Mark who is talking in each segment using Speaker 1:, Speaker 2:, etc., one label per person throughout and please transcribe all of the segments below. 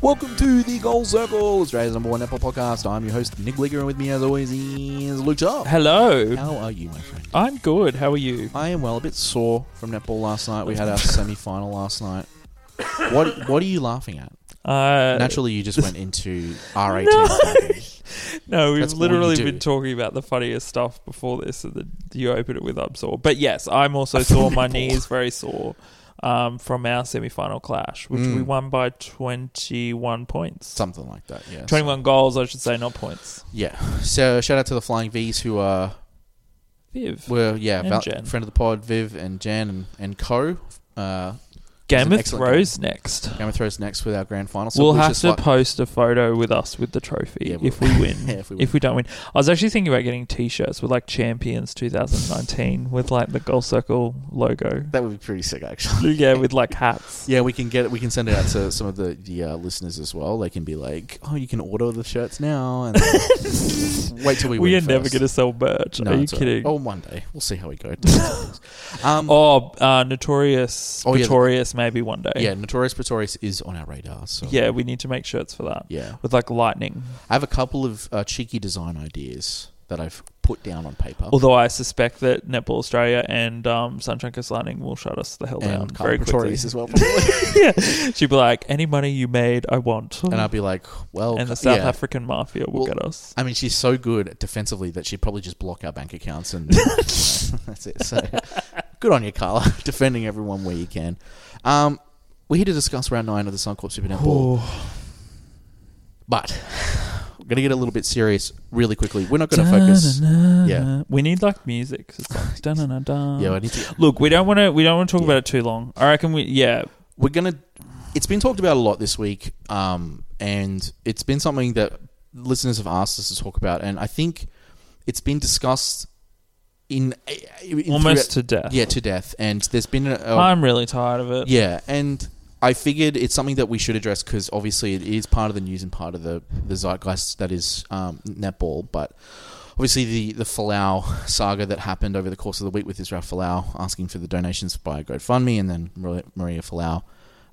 Speaker 1: Welcome to the Goal Circle, Australia's number one Apple podcast. I'm your host, Nick Leaker, and with me, as always, is Luke Sharp.
Speaker 2: Hello.
Speaker 1: How are you, my friend?
Speaker 2: I'm good. How are you?
Speaker 1: I am well, a bit sore from netball last night. We had our semi final last night. What What are you laughing at?
Speaker 2: Uh,
Speaker 1: Naturally, you just went into R18.
Speaker 2: no, we've
Speaker 1: That's all
Speaker 2: literally
Speaker 1: you do.
Speaker 2: been talking about the funniest stuff before this, and then you open it with I'm sore. But yes, I'm also sore. My knee is very sore um, from our semi final clash, which
Speaker 1: Mm.
Speaker 2: we won by 21 points.
Speaker 1: Something like that, yeah.
Speaker 2: 21 goals, I should say, not points.
Speaker 1: Yeah. So, shout out to the Flying Vs who uh,
Speaker 2: Viv.
Speaker 1: were, yeah,
Speaker 2: And
Speaker 1: val-
Speaker 2: Jen.
Speaker 1: friend of the pod, Viv and Jan and, and co. Uh,
Speaker 2: Game
Speaker 1: an
Speaker 2: of
Speaker 1: excellent
Speaker 2: Thrones next.
Speaker 1: Game of Thrones next with our grand final.
Speaker 2: we'll
Speaker 1: we
Speaker 2: have
Speaker 1: just
Speaker 2: to
Speaker 1: like-
Speaker 2: post a photo with us with the trophy
Speaker 1: Yeah,
Speaker 2: if we
Speaker 1: we'll-
Speaker 2: win.
Speaker 1: Yeah, if
Speaker 2: if,
Speaker 1: we
Speaker 2: we
Speaker 1: win.
Speaker 2: don't win, I was actually thinking about getting T-shirts with like Champions 2019 with like the Goal Circle logo.
Speaker 1: that would be pretty sick, actually.
Speaker 2: yeah, with like hats.
Speaker 1: Yeah, we can get we can send it out to some of the the uh, listeners as well. They can be like, "Oh, you can order the shirts now." And wait till we
Speaker 2: we are
Speaker 1: win
Speaker 2: never
Speaker 1: first.
Speaker 2: going to sell merch.
Speaker 1: No,
Speaker 2: are you
Speaker 1: it's all
Speaker 2: kidding?
Speaker 1: Right. Oh, one day we'll see how we go. um,
Speaker 2: Oh, uh, Notorious.
Speaker 1: Oh, yeah, the-
Speaker 2: Notorious, maybe one day.
Speaker 1: yeah, Notorious Pretorius is on our radar. So
Speaker 2: Yeah, we need to make shirts for that.
Speaker 1: yeah.
Speaker 2: With like lightning.
Speaker 1: I have a couple of uh, cheeky design ideas that I've put down on paper.
Speaker 2: Although I suspect that Netball Australia and um, Sunchunkers Lightning will shut us the hell down
Speaker 1: and Carl
Speaker 2: very quickly.
Speaker 1: Pretorius as well, probably.
Speaker 2: She'd be like, any money you made, I want.
Speaker 1: and I'd be like, "Well,
Speaker 2: and the
Speaker 1: yeah.
Speaker 2: South African mafia will
Speaker 1: Well,
Speaker 2: get us.
Speaker 1: I mean, she's so good defensively that she'd probably just block our bank accounts, and you know, that's it. So, good on you, Carla, defending everyone where you can. Um, we're here to discuss round nine of the Suncorp Super Netball, but we're gonna get a little bit serious really quickly. We're not gonna focus. Yeah.
Speaker 2: we need like music. 'cause It's like dun dun dun dun.
Speaker 1: Yeah, I need to.
Speaker 2: Look, we don't want to. We don't want to talk
Speaker 1: Yeah.
Speaker 2: about it too long. I reckon we. Yeah,
Speaker 1: We're gonna. It's been talked about a lot this week, um, and it's been something that listeners have asked us to talk about, and I think it's been discussed in, in
Speaker 2: almost to death.
Speaker 1: yeah to death, and there's been a, a
Speaker 2: I'm really tired of it.
Speaker 1: Yeah, and I figured it's something that we should address because obviously it is part of the news and part of the, the zeitgeist that is um, netball. But obviously the the Falau saga that happened over the course of the week with Israel Falau asking for the donations by GoFundMe and then Mar- Maria Falau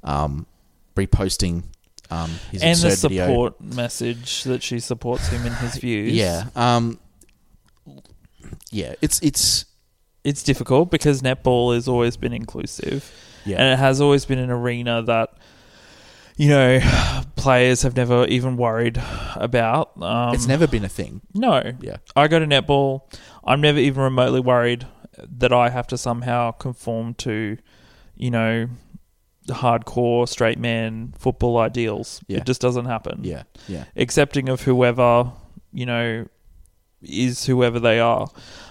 Speaker 1: um, reposting um, his
Speaker 2: and the
Speaker 1: absurd video.
Speaker 2: support message that she supports him in his views.
Speaker 1: Yeah, um, yeah, it's it's
Speaker 2: it's difficult because netball has always been inclusive.
Speaker 1: yeah.
Speaker 2: and it has always been an arena that you know players have never even worried about. Um,
Speaker 1: it's never been a thing.
Speaker 2: no.
Speaker 1: Yeah.
Speaker 2: I go to netball. I'm never even remotely worried that I have to somehow conform to, you know, the hardcore straight man football ideals.
Speaker 1: Yeah.
Speaker 2: It just doesn't happen.
Speaker 1: Yeah. Yeah.
Speaker 2: Accepting of whoever, you know, is whoever they are.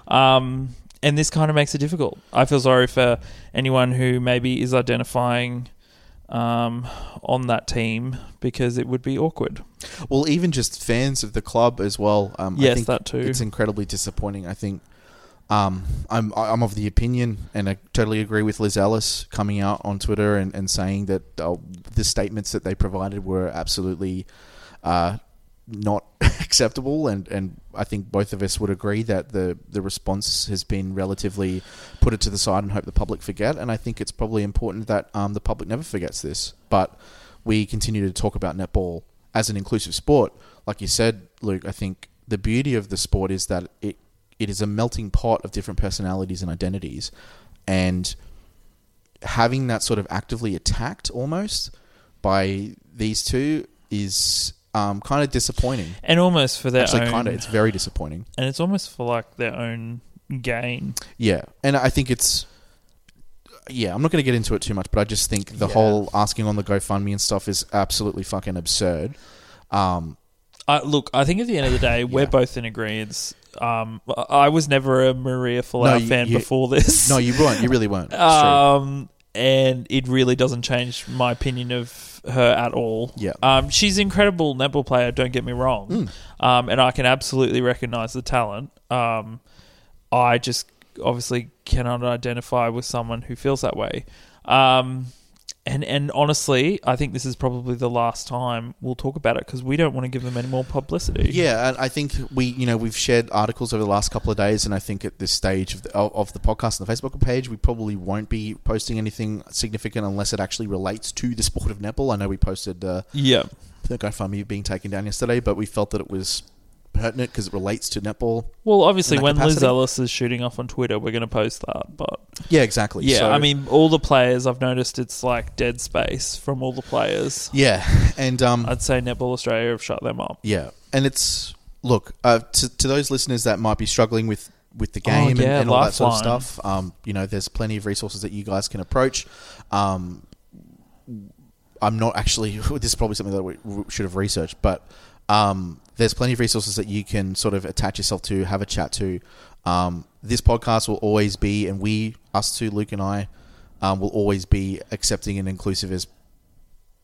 Speaker 2: Um, and this kind of makes it difficult. I feel sorry for anyone who maybe is identifying um, on that team because it would be awkward.
Speaker 1: Well, even just fans of the club as well. Um, I
Speaker 2: Yes,
Speaker 1: think
Speaker 2: that too.
Speaker 1: It's incredibly disappointing. I think um, I'm I'm of the opinion, and I totally agree with Liz Ellis coming out on Twitter and, and saying that uh, the statements that they provided were absolutely uh, not acceptable. And, and I think both of us would agree that the, the response has been relatively put it to the side and hope the public forget. And I think it's probably important that um, the public never forgets this. But we continue to talk about netball as an inclusive sport. Like you said, Luke, I think the beauty of the sport is that it it is a melting pot of different personalities and identities. And having that sort of actively attacked almost by these two is um, kind of disappointing.
Speaker 2: And almost for their
Speaker 1: Actually,
Speaker 2: own,
Speaker 1: kind of, it's very disappointing.
Speaker 2: and it's almost for like their own gain.
Speaker 1: Yeah, and I think it's. Yeah, I'm not going to get into it too much, but I just think the
Speaker 2: Yeah.
Speaker 1: whole asking on the GoFundMe and stuff is absolutely fucking absurd. Um,
Speaker 2: I, look, I think at the end of the day, we're
Speaker 1: Yeah.
Speaker 2: both in agreement. Um, I I was never a Maria Falau
Speaker 1: you-
Speaker 2: fan
Speaker 1: you-
Speaker 2: before this.
Speaker 1: no, you weren't. You really weren't. It's true.
Speaker 2: um, and it really doesn't change my opinion of her at all.
Speaker 1: Yeah. Mm.
Speaker 2: Um, she's an incredible netball player, don't get me wrong. Um, and I can absolutely recognize the talent. Um, I just obviously cannot identify with someone who feels that way. Um, and and honestly, I think this is probably the last time we'll talk about it because we don't want to give them any more publicity.
Speaker 1: Yeah, and I think we, you know, we've shared articles over the last couple of days, and I think at this stage of the, of of the podcast and the Facebook page, we probably won't be posting anything significant unless it actually relates to the sport of netball. I know we posted uh,
Speaker 2: Yeah.
Speaker 1: the GoFundMe being taken down yesterday, but we felt that it was pertinent because it relates to netball.
Speaker 2: Well, obviously,
Speaker 1: that
Speaker 2: when Liz
Speaker 1: capacity.
Speaker 2: Ellis is shooting off on Twitter, we're going to post that. But
Speaker 1: Yeah, exactly.
Speaker 2: yeah,
Speaker 1: So-
Speaker 2: I mean, all the players I've noticed it's like dead space from all the players.
Speaker 1: yeah, and um,
Speaker 2: I'd say Netball Australia have shut them up.
Speaker 1: Yeah, and it's look uh, to to those listeners that might be struggling with with the
Speaker 2: Oh,
Speaker 1: game and,
Speaker 2: yeah,
Speaker 1: and all that sort of
Speaker 2: Lifeline.
Speaker 1: stuff. Um, you know, there's plenty of resources that you guys can approach. Um, I'm not actually. This is probably something that we we should have researched, but um, there's plenty of resources that you can sort of attach yourself to, have a chat to. Um, this podcast will always be, and we, us two, Luke and I, um, will always be accepting and inclusive as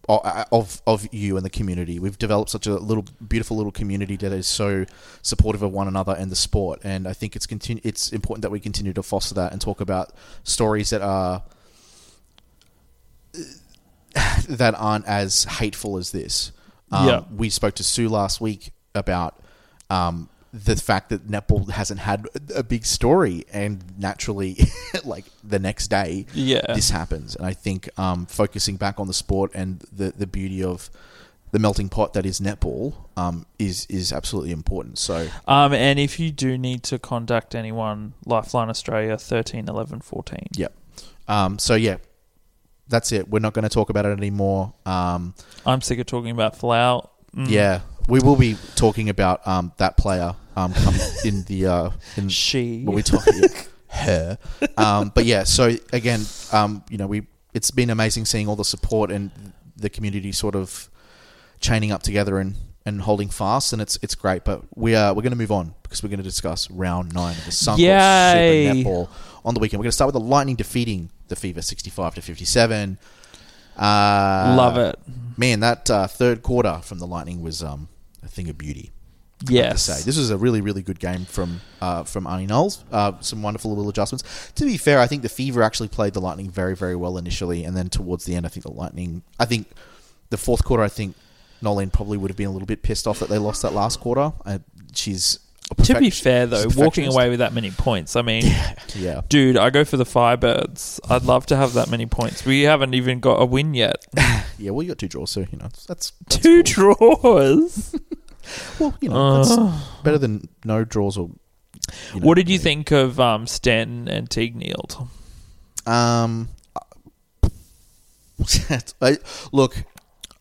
Speaker 1: o- of of you and the community. We've developed such a little beautiful little community that is so supportive of one another and the sport. And I think it's continu- it's important that we continue to foster that and talk about stories that are that aren't as hateful as this. Um,
Speaker 2: Yeah.
Speaker 1: We spoke to Sue last week about um, the fact that netball hasn't had a big story, and naturally, like the next day,
Speaker 2: Yeah.
Speaker 1: this happens. And I think um, focusing back on the sport and the, the beauty of the melting pot that is netball um, is is absolutely important. So
Speaker 2: Um, and if you do need to contact anyone, Lifeline Australia 13 11 14.
Speaker 1: yeah, um, so yeah, that's it. We're not going to talk about it anymore. Um,
Speaker 2: I'm sick of talking about Falau. Mm.
Speaker 1: Yeah, we will be talking about um, that player um, come in the uh, in
Speaker 2: She.
Speaker 1: when we talk her. Um, but yeah, so again, um, you know, we it's been amazing seeing all the support and the community sort of chaining up together and, and holding fast, and it's it's great. But we are we're going to move on because we're going to discuss round nine of the Suncorp Super
Speaker 2: Yay.
Speaker 1: Netball on the weekend. We're going to start with the Lightning defeating the Fever sixty five to fifty seven. Uh,
Speaker 2: Love it.
Speaker 1: Man, that uh, third quarter from the Lightning was um, a thing of beauty. I have to
Speaker 2: Yes.
Speaker 1: say. this was a really, really good game from uh, from Arnie Knowles. Uh, some wonderful little adjustments. To be fair, I think the Fever actually played the Lightning very, very well initially, and then towards the end, I think the Lightning. I think the fourth quarter, I think Nolan probably would have been a little bit pissed off that they lost that last quarter. Uh, she's a
Speaker 2: to be
Speaker 1: perfect-
Speaker 2: fair, though,
Speaker 1: she's a
Speaker 2: walking
Speaker 1: perfectionist.
Speaker 2: away with that many points, I mean,
Speaker 1: yeah.
Speaker 2: dude, I go for the Firebirds. I'd love to have that many points. We haven't even got a win yet.
Speaker 1: Yeah, well, you got two draws, so you know that's, that's
Speaker 2: Two draws.
Speaker 1: well, you know, that's
Speaker 2: Ugh.
Speaker 1: better than no draws or. you know,
Speaker 2: Uh. what did you
Speaker 1: really.
Speaker 2: think of um, Stanton and Teague Neild?
Speaker 1: Um, I, look,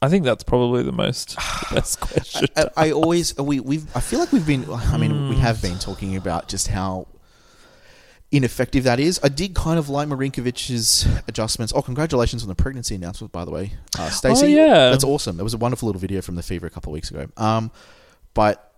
Speaker 2: I think that's probably the most the best question.
Speaker 1: I, I always we we've I feel like we've been I mean
Speaker 2: Hmm.
Speaker 1: we have been talking about just how ineffective that is. I did kind of like Marinkovic's adjustments. Oh, congratulations on the pregnancy announcement, by the way, uh, Stacey.
Speaker 2: Oh, yeah.
Speaker 1: that's awesome. That was a wonderful little video from the Fever a couple of weeks ago. Um, but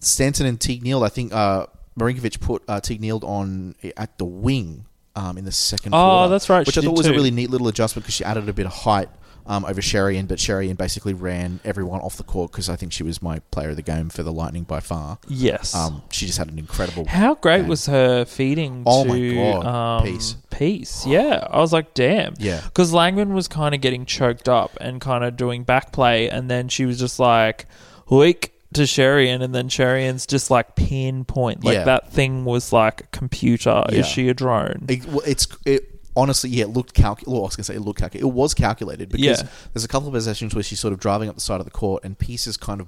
Speaker 1: Stanton and Teague Neild, I think uh, Marinkovic put uh, Teague Neild on eh, at the wing um, in the second.
Speaker 2: Oh,
Speaker 1: quarter,
Speaker 2: that's right,
Speaker 1: Which
Speaker 2: she
Speaker 1: I thought
Speaker 2: did
Speaker 1: was a
Speaker 2: too.
Speaker 1: really neat little adjustment because she added a bit of height um, over Sherian, but Sherian basically ran everyone off the court because I think she was my player of the game for the Lightning by far.
Speaker 2: Yes.
Speaker 1: Um, she just had an incredible.
Speaker 2: How great
Speaker 1: Yeah.
Speaker 2: was her feeding
Speaker 1: Oh
Speaker 2: to
Speaker 1: my God,
Speaker 2: um,
Speaker 1: Peace.
Speaker 2: Peace, yeah. I was like, damn.
Speaker 1: Yeah.
Speaker 2: Because Langman was kind of getting choked up and kind of doing back play, and then she was just like, hoik to Sherian, and then Sherian's just like pinpoint. Like
Speaker 1: Yeah.
Speaker 2: that thing was like a computer.
Speaker 1: Yeah.
Speaker 2: Is she a drone?
Speaker 1: It, well, it's it honestly, yeah, it looked calculated. Well, I was gonna say it looked calculated. It was calculated because
Speaker 2: Yeah.
Speaker 1: there's a couple of possessions where she's sort of driving up the side of the court and Peace is kind of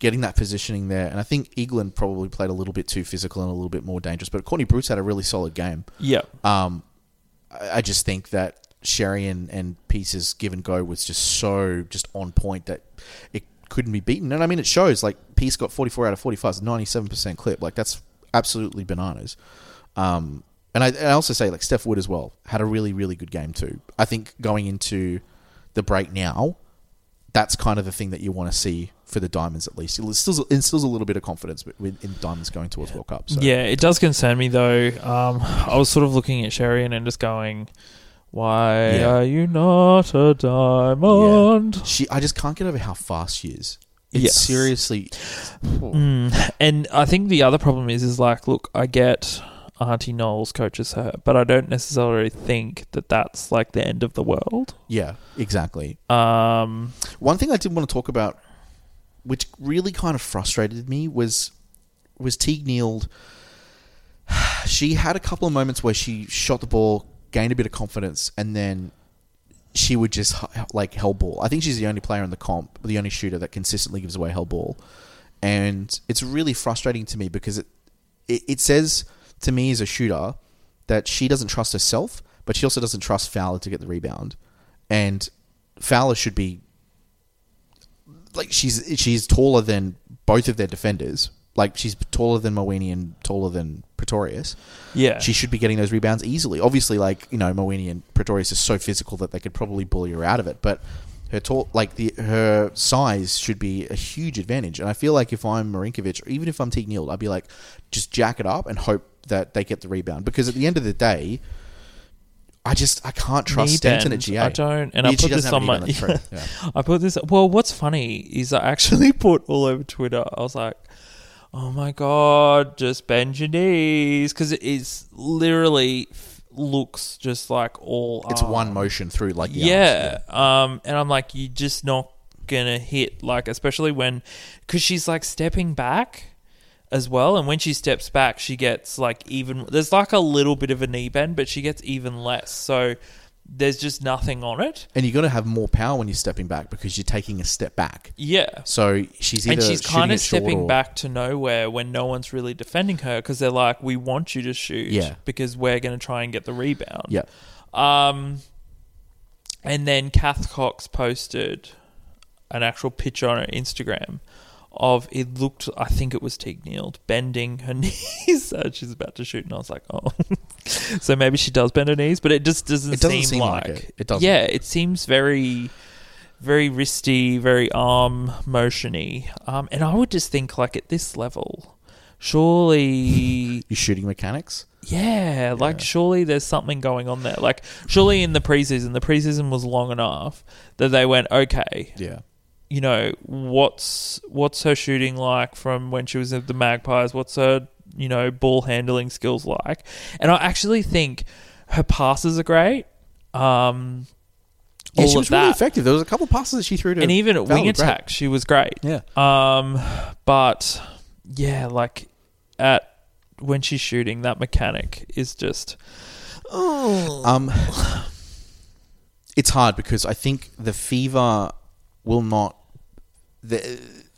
Speaker 1: getting that positioning there. And I think England probably played a little bit too physical and a little bit more dangerous. But Courtney Bruce had a really solid game.
Speaker 2: yeah.
Speaker 1: Um, I I just think that Sherry and, and Peace's give and go was just so just on point that it couldn't be beaten. And I mean, it shows. Like Peace got forty four out of forty five, ninety seven percent clip. Like that's absolutely bananas. Um, and I, and I also say like Steph Wood as well had a really really good game too. I think going into the break now, that's kind of the thing that you want to see for the Diamonds at least. It instills, instills a little bit of confidence in, in Diamonds going towards World Cup. So.
Speaker 2: Yeah, it does concern me though. Um, I was sort of looking at Sherian and just going, why
Speaker 1: Yeah.
Speaker 2: are you not a diamond?
Speaker 1: She, I just can't get over how fast she is. It's
Speaker 2: Yes.
Speaker 1: seriously.
Speaker 2: Mm. And I think the other problem is, is like, look, I get Auntie Knowles coaches her, but I don't necessarily think that that's like the end of the world.
Speaker 1: Yeah, exactly.
Speaker 2: Um,
Speaker 1: One thing I did want to talk about, which really kind of frustrated me, was was Teague Neal. She had a couple of moments where she shot the ball, gained a bit of confidence, and then she would just h- like hell ball. I think she's the only player in the comp, the only shooter that consistently gives away hell ball, and it's really frustrating to me because it it, it says to me as a shooter that she doesn't trust herself, but she also doesn't trust Fowler to get the rebound, and Fowler should be like she's she's taller than both of their defenders. Like she's taller than Mowini and taller than Pretorius.
Speaker 2: yeah,
Speaker 1: She should be getting those rebounds easily. Obviously, like you know, Mowini and Pretorius are so physical that they could probably bully her out of it. But her tall, like the her size, should be a huge advantage. And I feel like if I'm Marinkovic, or even if I'm Teague Neal, I'd be like, just jack it up and hope that they get the rebound. Because at the end of the day, I just I can't trust
Speaker 2: Knee
Speaker 1: Stanton at
Speaker 2: bend,
Speaker 1: GA.
Speaker 2: I don't, and I
Speaker 1: Yeah, she
Speaker 2: put
Speaker 1: doesn't
Speaker 2: this
Speaker 1: have a
Speaker 2: on
Speaker 1: knee
Speaker 2: my.
Speaker 1: bend, that's true. Yeah.
Speaker 2: I put this. Well, what's funny is I actually put all over Twitter. I was like, "Oh my god, just bend your knees," because it is literally f- looks just like all.
Speaker 1: It's
Speaker 2: arm.
Speaker 1: one motion through, like the arms,
Speaker 2: yeah. Um, and I'm like, you're just not gonna hit like, especially when, because she's like stepping back as well, and when she steps back, she gets like even. There's like a little bit of a knee bend, but she gets even less. So there's just nothing on it.
Speaker 1: And you're going to have more power when you're stepping back because you're taking a step back.
Speaker 2: Yeah.
Speaker 1: So she's either
Speaker 2: And she's
Speaker 1: kind
Speaker 2: kind of stepping back to nowhere when no one's really defending her because they're like, "We want you to shoot,
Speaker 1: Yeah.
Speaker 2: because we're going to try and get the rebound."
Speaker 1: Yeah,
Speaker 2: Um, and then Kath Cox posted an actual picture on her Instagram of it looked, I think it was Teague Neal, bending her knees as she's about to shoot. And I was like, oh. so maybe she does bend her knees, but it just doesn't,
Speaker 1: It doesn't
Speaker 2: seem,
Speaker 1: seem
Speaker 2: like,
Speaker 1: like it. It doesn't.
Speaker 2: Yeah, it seems very. Very wristy, very arm motiony, um, and I would just think like at this level, surely
Speaker 1: your shooting mechanics.
Speaker 2: yeah, like
Speaker 1: Yeah.
Speaker 2: surely there's something going on there. Like surely in the preseason, the preseason was long enough that they went, okay,
Speaker 1: Yeah,
Speaker 2: you know, what's what's her shooting like from when she was at the Magpies? What's her you know ball handling skills like? And I actually think her passes are great. Um,
Speaker 1: yeah.
Speaker 2: all
Speaker 1: She
Speaker 2: of
Speaker 1: was
Speaker 2: that,
Speaker 1: really effective. There was a couple passes that she threw to,
Speaker 2: and e- even at wing
Speaker 1: Valid, right.
Speaker 2: attack, she was great.
Speaker 1: Yeah,
Speaker 2: Um, but yeah, like at when she's shooting, that mechanic is just. Oh.
Speaker 1: Um, it's hard because I think the fever will not. The,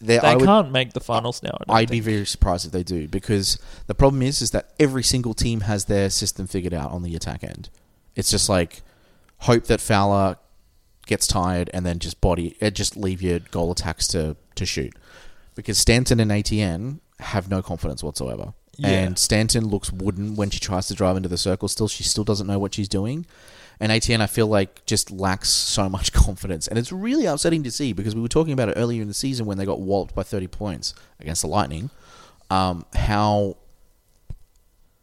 Speaker 1: there,
Speaker 2: they
Speaker 1: I would,
Speaker 2: can't make the finals now. I don't
Speaker 1: I'd be
Speaker 2: think.
Speaker 1: very surprised if they do because the problem is is that every single team has their system figured out on the attack end. It's just like hope that Fowler gets tired and then just body uh, just leave your goal attacks to to shoot because Stanton and ATN have no confidence whatsoever.
Speaker 2: Yeah.
Speaker 1: And Stanton looks wooden when she tries to drive into the circle. Still, she still doesn't know what she's doing. And ATN, I feel like, just lacks so much confidence. And it's really upsetting to see because we were talking about it earlier in the season when they got walloped by 30 points against the Lightning. Um, how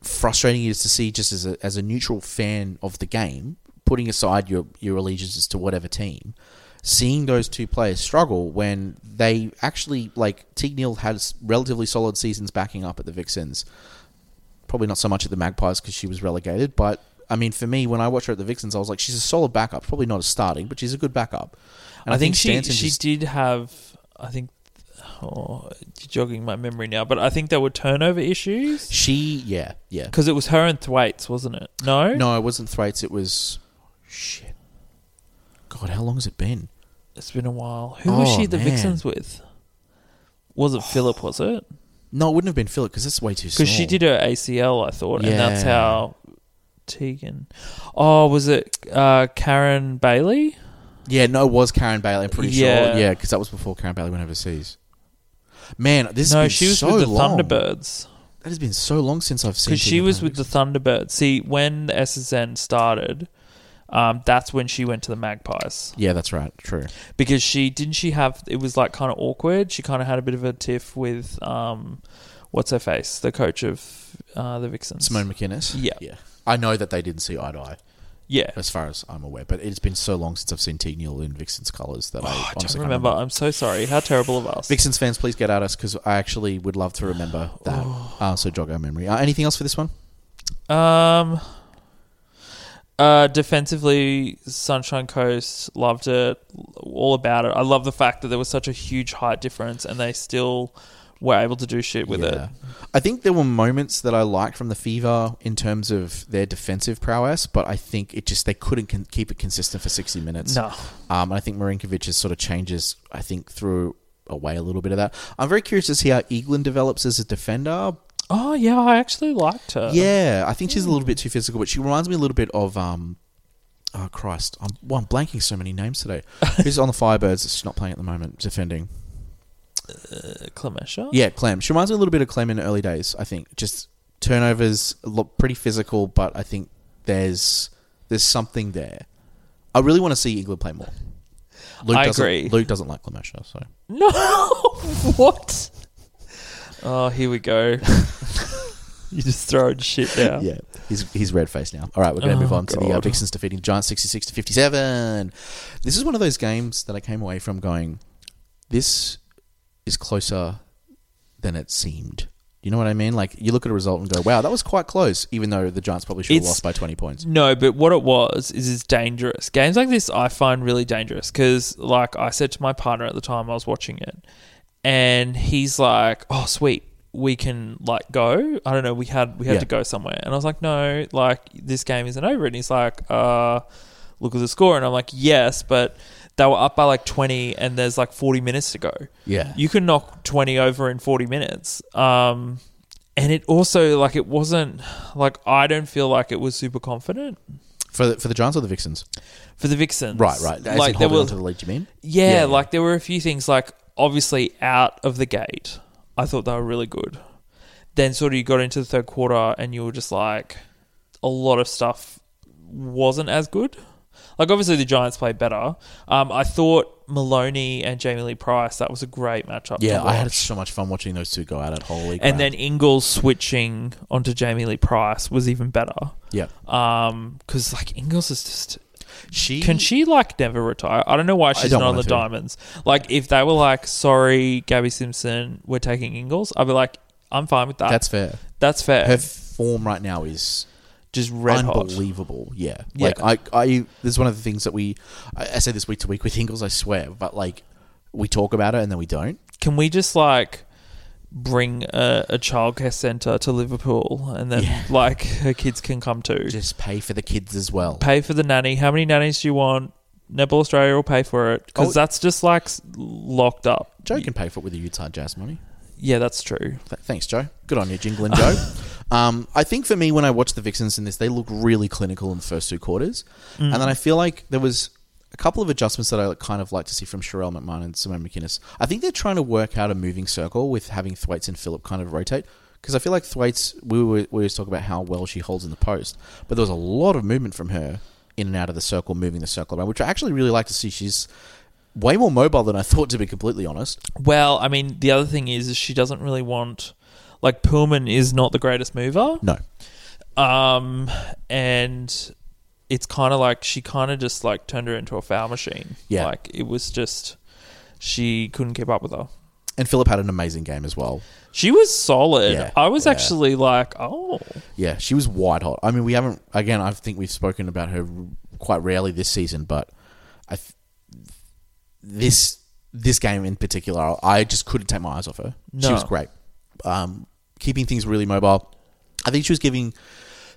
Speaker 1: frustrating it is to see just as a, as a neutral fan of the game, putting aside your, your allegiances to whatever team, seeing those two players struggle when they actually, like, Teague Neal had s- relatively solid seasons backing up at the Vixens. Probably not so much at the Magpies because she was relegated, but. I mean, for me, when I watched her at the Vixens, I was like, she's a solid backup. Probably not a starting, but she's a good backup. And
Speaker 2: I, think, she
Speaker 1: Stanton
Speaker 2: she
Speaker 1: just-
Speaker 2: did have. I think. Oh, jogging my memory now, but I think there were turnover issues
Speaker 1: she, yeah, yeah.
Speaker 2: because it was her and Thwaites, wasn't it? No,
Speaker 1: No, it wasn't Thwaites. It was shit. God, how long has it been?
Speaker 2: it's been a while. Who was
Speaker 1: Oh,
Speaker 2: she at the
Speaker 1: man.
Speaker 2: Vixens with? Was it Philip? Was it
Speaker 1: No, it wouldn't have been Philip because that's way too small.
Speaker 2: because she did her ACL? I thought, and that's
Speaker 1: Yeah.
Speaker 2: how Tegan. Oh, was it uh, Karen Bailey?
Speaker 1: Yeah, no, it was Karen Bailey. I'm pretty
Speaker 2: Yeah.
Speaker 1: sure. Yeah, because that was before Karen Bailey went overseas. Man, this
Speaker 2: no,
Speaker 1: has been
Speaker 2: she was
Speaker 1: so
Speaker 2: with the
Speaker 1: long.
Speaker 2: Thunderbirds.
Speaker 1: That has been so long since I've seen.
Speaker 2: because she
Speaker 1: Tegan
Speaker 2: was
Speaker 1: play.
Speaker 2: with the Thunderbirds. See, when the SSN started, um, that's when she went to the Magpies
Speaker 1: Yeah, that's right. True.
Speaker 2: because she didn't she have it was like kind of awkward. She kind of had a bit of a tiff with um, what's her face, the coach of uh, the Vixens,
Speaker 1: Simone McInnes.
Speaker 2: Yeah.
Speaker 1: yeah. I know that they didn't see eye to eye,
Speaker 2: Yeah,
Speaker 1: as far as I'm aware. But it's been so long since I've seen Teague Neal in Vixen's colours that Oh, I
Speaker 2: Oh, I
Speaker 1: honestly
Speaker 2: don't
Speaker 1: can't
Speaker 2: remember. I'm so sorry. How terrible of us.
Speaker 1: Vixen's fans, please Ah,
Speaker 2: Oh.
Speaker 1: get at us because I actually would love to remember that. Uh, so jog our memory. Uh, anything else for this one?
Speaker 2: Um, uh, defensively, Sunshine Coast loved it, all about it. I love the fact that there was such a huge height difference, and they still were able to do shit with
Speaker 1: Yeah. I think there were moments that I liked from the Fever in terms of their defensive prowess, but I think it just they couldn't con- keep it consistent for sixty
Speaker 2: it.
Speaker 1: minutes.
Speaker 2: No,
Speaker 1: Um, and I think Marinkovic has sort of changes. I think through away a little bit of that. I'm very curious to see how Eagland develops as a defender.
Speaker 2: oh yeah, I actually liked her.
Speaker 1: yeah, I think she's a little bit too physical, but she reminds me a little bit of um. Oh Christ! I'm, well, I'm blanking so many names today. Who's on the Firebirds? That's not playing at the moment. Defending.
Speaker 2: Uh, Clemesha.
Speaker 1: Yeah, Clem. She reminds me a little bit of Clem in the early days. I think just turnovers look pretty physical, but I think there's there's something there. I really want to see England play more. Luke
Speaker 2: I
Speaker 1: doesn't,
Speaker 2: agree.
Speaker 1: Luke doesn't like Lamesha, so
Speaker 2: No, what? Oh, here we go. you just throwing shit down.
Speaker 1: yeah, he's he's red faced now. All right, we're going to
Speaker 2: Oh,
Speaker 1: move on to the uh,
Speaker 2: God.
Speaker 1: Vixens defeating the Giants sixty six to fifty seven. This is one of those games that I came away from going, this is closer than it seemed. You know what I mean? Like you look at a result and go, "Wow, that was quite close," even though the Giants probably should have
Speaker 2: It's-
Speaker 1: lost by twenty points.
Speaker 2: No, but what it was is it's dangerous. Games like this I find really dangerous because, like I said to my partner at the time I was watching it, and he's like, "Oh, sweet, we can like go." I don't know. We had we had
Speaker 1: Yeah.
Speaker 2: to go somewhere, and I was like, "No, like this game isn't over." And he's like, "Uh, look at the score," and I'm like, "Yes, but." They were up by like 20, and there's like 40 minutes to go.
Speaker 1: Yeah.
Speaker 2: you can knock 20 over in 40 minutes um and it also like it wasn't like i don't feel like it was super confident
Speaker 1: For the, for the Giants or the Vixens?
Speaker 2: for the vixens
Speaker 1: Right, right. As
Speaker 2: like
Speaker 1: in
Speaker 2: there
Speaker 1: holding
Speaker 2: were
Speaker 1: onto the lead, you mean?
Speaker 2: yeah,
Speaker 1: yeah.
Speaker 2: like there were a few things like obviously out of the gate i thought they were really good then sort of you got into the third quarter and you were just like a lot of stuff wasn't as good like obviously the giants played better um, i thought maloney and jamie lee price that was a great matchup to
Speaker 1: Yeah, I had
Speaker 2: watch.
Speaker 1: so much fun watching those two go at it. Holy crap.
Speaker 2: And then Ingles switching onto Jamie Lee Price was even better.
Speaker 1: yeah,
Speaker 2: Um, because like Ingles is just
Speaker 1: she
Speaker 2: can she like never retire? I don't know why she's
Speaker 1: don't
Speaker 2: not on
Speaker 1: want
Speaker 2: the
Speaker 1: her to.
Speaker 2: diamonds. Like if they were like, sorry, Gabby Simpson, we're taking Ingles, I'd be like, I'm fine with that.
Speaker 1: That's
Speaker 2: That's
Speaker 1: fair.
Speaker 2: that's fair.
Speaker 1: Her form right now is
Speaker 2: just uh, red hot.
Speaker 1: unbelievable. Yeah,
Speaker 2: Yeah.
Speaker 1: like I, I, this is one of the things that we. I, I say this week to week with Ingles, I swear, but like we talk about it and then we don't.
Speaker 2: Can we just like bring a, a childcare center to Liverpool and then
Speaker 1: Yeah.
Speaker 2: like her kids can come too?
Speaker 1: Just pay for the kids as well.
Speaker 2: pay for the nanny. How many nannies do you want? Netball Australia will pay for it because
Speaker 1: Oh.
Speaker 2: that's just like s- locked up.
Speaker 1: Joe can pay for it with the Utah Jazz money.
Speaker 2: Yeah, that's true.
Speaker 1: Th- thanks, Joe. Good on you, jingling Joe. um, I think for me, when I watched the Vixens in this, they look really clinical in the first two quarters, and
Speaker 2: Mm.
Speaker 1: then I feel like there was a couple of adjustments that I kind of like to see from Sherelle McMahon and Simone McInnes. I think they're trying to work out a moving circle with having Thwaites and Phillip kind of rotate. Because I feel like Thwaites, we were, we were talking about how well she holds in the post, but there was a lot of movement from her in and out of the circle, moving the circle around, which I actually really like to see. She's way more mobile than I thought, to be completely honest.
Speaker 2: Well, I mean, the other thing is, is she doesn't really want like Pullman is not the greatest mover.
Speaker 1: No.
Speaker 2: Um, and it's kind of like she kind of just like turned her into a foul machine.
Speaker 1: Yeah.
Speaker 2: like it was just she couldn't keep up with her.
Speaker 1: And Phillip had an amazing game as well.
Speaker 2: She was solid.
Speaker 1: Yeah,
Speaker 2: I was
Speaker 1: yeah.
Speaker 2: actually like, oh,
Speaker 1: Yeah, she was white hot. I mean, we haven't. Again, I think we've spoken about her quite rarely this season, but I th- this this game in particular, I just couldn't take my eyes off her. She
Speaker 2: No.
Speaker 1: was great, um, keeping things really mobile. I think she was giving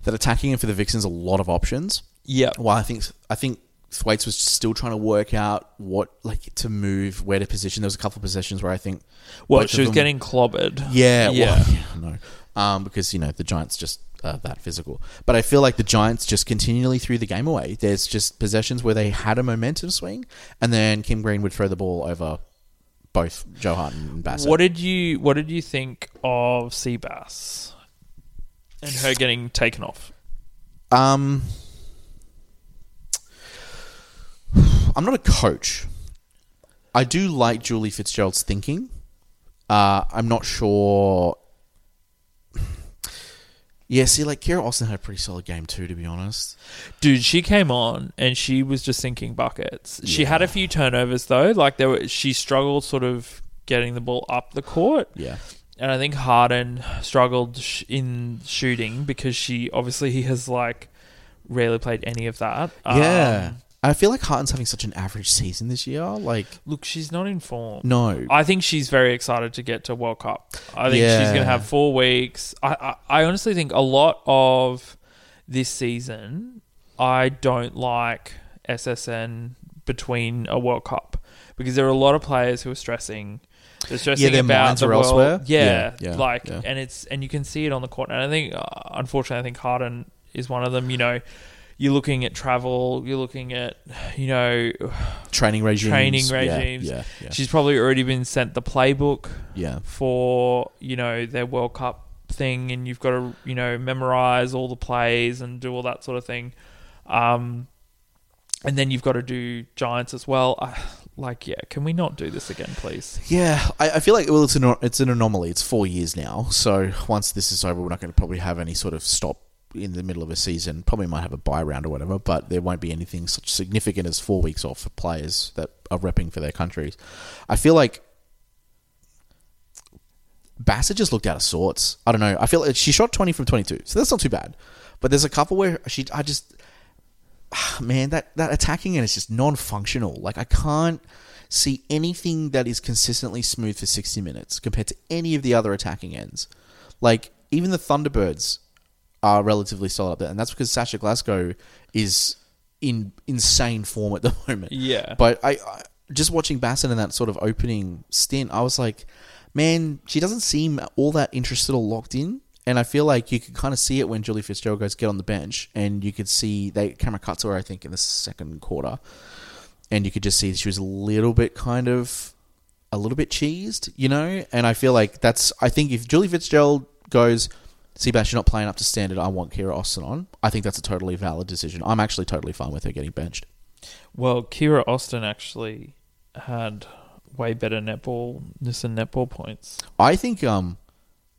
Speaker 1: that attacking end for the Vixens a lot of options.
Speaker 2: yeah,
Speaker 1: Well, I think I think Thwaites was still trying to work out what like to move, where to position. There was a couple of possessions where I think
Speaker 2: well,
Speaker 1: both
Speaker 2: she
Speaker 1: of
Speaker 2: was
Speaker 1: them-
Speaker 2: getting clobbered.
Speaker 1: yeah,
Speaker 2: Yeah.
Speaker 1: well, yeah, no, um, because you know the Giants just uh, that physical. But I feel like the Giants just continually threw the game away. There's just possessions where they had a momentum swing, and then Kim Green would throw the ball over both Joe Hart and Bassett.
Speaker 2: What did you What did you think of Seabass and her getting taken off?
Speaker 1: um, I'm not a coach. I do like Julie Fitzgerald's thinking. Uh, I'm not sure. Yeah, see, like Kira Austin had a pretty solid game too, to be honest.
Speaker 2: Dude, she came on and she was just sinking buckets. She
Speaker 1: Yeah.
Speaker 2: had a few turnovers though. Like there were, she struggled sort of getting the ball up the court.
Speaker 1: Yeah.
Speaker 2: and I think Harden struggled sh- in shooting because she obviously he has like rarely played any of that.
Speaker 1: yeah.
Speaker 2: Um,
Speaker 1: I feel like Harden's having such an average season this year. Like,
Speaker 2: look, she's not in form.
Speaker 1: no.
Speaker 2: I think she's very excited to get to World Cup. I think she's
Speaker 1: Yeah.
Speaker 2: going to have four weeks. I, I, I honestly think a lot of this season, I don't like SSN between a World Cup because there are a lot of players who are stressing. They're stressing
Speaker 1: their
Speaker 2: about
Speaker 1: minds
Speaker 2: the
Speaker 1: are
Speaker 2: world.
Speaker 1: elsewhere.
Speaker 2: Yeah,
Speaker 1: Yeah, yeah,
Speaker 2: like
Speaker 1: yeah.
Speaker 2: and it's and you can see it on the court. And I think, uh, unfortunately, I think Harden is one of them. You know, you're looking at travel. You're looking at, you know,
Speaker 1: Training regimes.
Speaker 2: Training
Speaker 1: Yeah,
Speaker 2: regimes.
Speaker 1: Yeah. Yeah.
Speaker 2: she's probably already been sent the playbook
Speaker 1: yeah.
Speaker 2: for you know their World Cup thing, and you've got to you know memorize all the plays and do all that sort of thing, um, and then you've got to do Giants as well. I, like, yeah, can we not do this again, please?
Speaker 1: Yeah, I, I feel like well, it's an it's an anomaly. It's four years now, so once this is over, we're not going to probably have any sort of stop in the middle of a season. Probably might have a buy round or whatever, but there won't be anything such significant as four weeks off for players that are repping for their countries. I feel like Bassett just looked out of sorts. I don't know. I feel like she shot twenty from twenty two, so that's not too bad. But there's a couple where she, I just ah, man, that that attacking end is just non-functional. Like I can't see anything that is consistently smooth for 60 minutes compared to any of the other attacking ends. Like even the Thunderbirds are relatively solid up there, and that's because Sasha Glasgow is in insane form at the moment.
Speaker 2: Yeah.
Speaker 1: But I, I just watching Bassett in that sort of opening stint, I was like, man, she doesn't seem all that interested or locked in. And I feel like you could kind of see it when Julie Fitzgerald goes get on the bench, and you could see they camera cuts to her, I think, in the second quarter, and you could just see she was a little bit kind of a little bit cheesed, you know. And I feel like that's I think if Julie Fitzgerald goes. Seabass, you're not playing up to standard. I want Kira Austin on. I think that's a totally valid decision. I'm actually totally fine with her getting benched.
Speaker 2: Well, Kira Austin actually had way better netballness and netball points.
Speaker 1: I think, um,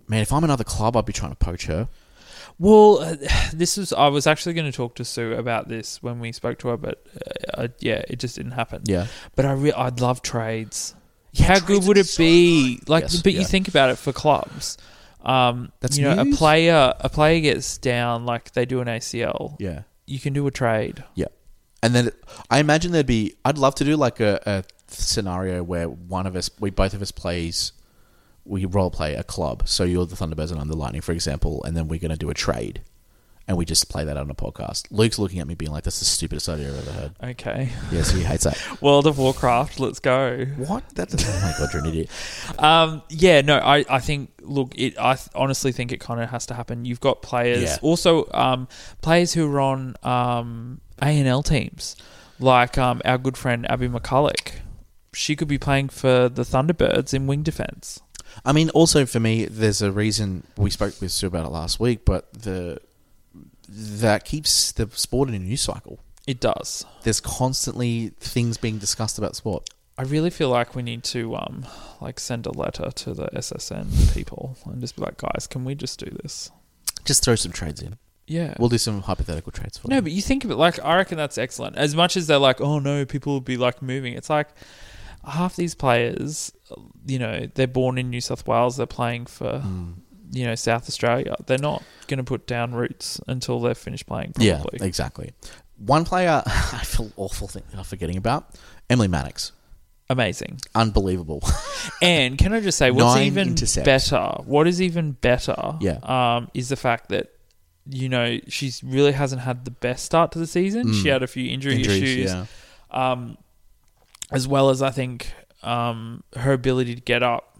Speaker 1: man, if I'm another club, I'd be trying to poach her.
Speaker 2: Well, uh, this is I was actually going to talk to Sue about this when we spoke to her, but uh, I, yeah, it just didn't happen.
Speaker 1: Yeah,
Speaker 2: But I re- I'd love trades.
Speaker 1: Yeah,
Speaker 2: How
Speaker 1: trades
Speaker 2: good
Speaker 1: would
Speaker 2: would
Speaker 1: be
Speaker 2: it
Speaker 1: so
Speaker 2: be?
Speaker 1: good.
Speaker 2: Like,
Speaker 1: Yes,
Speaker 2: but you
Speaker 1: yeah.
Speaker 2: think about it for clubs. Um,
Speaker 1: That's
Speaker 2: you know,
Speaker 1: news.
Speaker 2: a player a player gets down, like they do an ACL.
Speaker 1: yeah,
Speaker 2: You can do a trade.
Speaker 1: yeah. And then I imagine there'd be. I'd love to do like a, a scenario where one of us, we both of us plays, we role play a club. So you're the Thunderbirds and I'm the Lightning, for example, and then we're gonna do a trade, and we just play that on a podcast. Luke's looking at me, being like, "That's the stupidest idea I've ever heard."
Speaker 2: Okay,
Speaker 1: Yeah, so he hates that.
Speaker 2: World of Warcraft. Let's go.
Speaker 1: What? That doesn't. Oh my god, you're an idiot.
Speaker 2: Um, yeah, no, I, I think look, it. I th- honestly think it kind of has to happen. You've got players,
Speaker 1: Yeah.
Speaker 2: also um, players who are on um A and L teams, like um our good friend Abby McCulloch. She could be playing for the Thunderbirds in wing defense.
Speaker 1: I mean, also for me, there's a reason we spoke with Sue about it last week, but the that keeps the sport in a news cycle.
Speaker 2: It does.
Speaker 1: There's constantly things being discussed about sport.
Speaker 2: I really feel like we need to um like send a letter to the SSN people and just be like, guys, can we just do this?
Speaker 1: Just throw some trades in.
Speaker 2: Yeah.
Speaker 1: We'll do some hypothetical trades for
Speaker 2: No,
Speaker 1: you.
Speaker 2: but you think of it like I reckon that's excellent. As much as they're like, oh no, people will be like moving. It's like half these players, you know, they're born in New South Wales. They're playing for
Speaker 1: Mm.
Speaker 2: you know South Australia. They're not going to put down roots until they're finished playing.
Speaker 1: yeah,
Speaker 2: Probably.
Speaker 1: exactly. One player I feel awful thing I'm forgetting about Emily Maddox.
Speaker 2: amazing.
Speaker 1: Unbelievable.
Speaker 2: And can I just say, what's
Speaker 1: Nine
Speaker 2: even
Speaker 1: intercepts.
Speaker 2: better? What is even better?
Speaker 1: Yeah.
Speaker 2: um, is the fact that. You know, she's really hasn't had the best start to the season.
Speaker 1: Mm.
Speaker 2: She had a few injury issues.
Speaker 1: yeah.
Speaker 2: um, as well as I think um, her ability to get up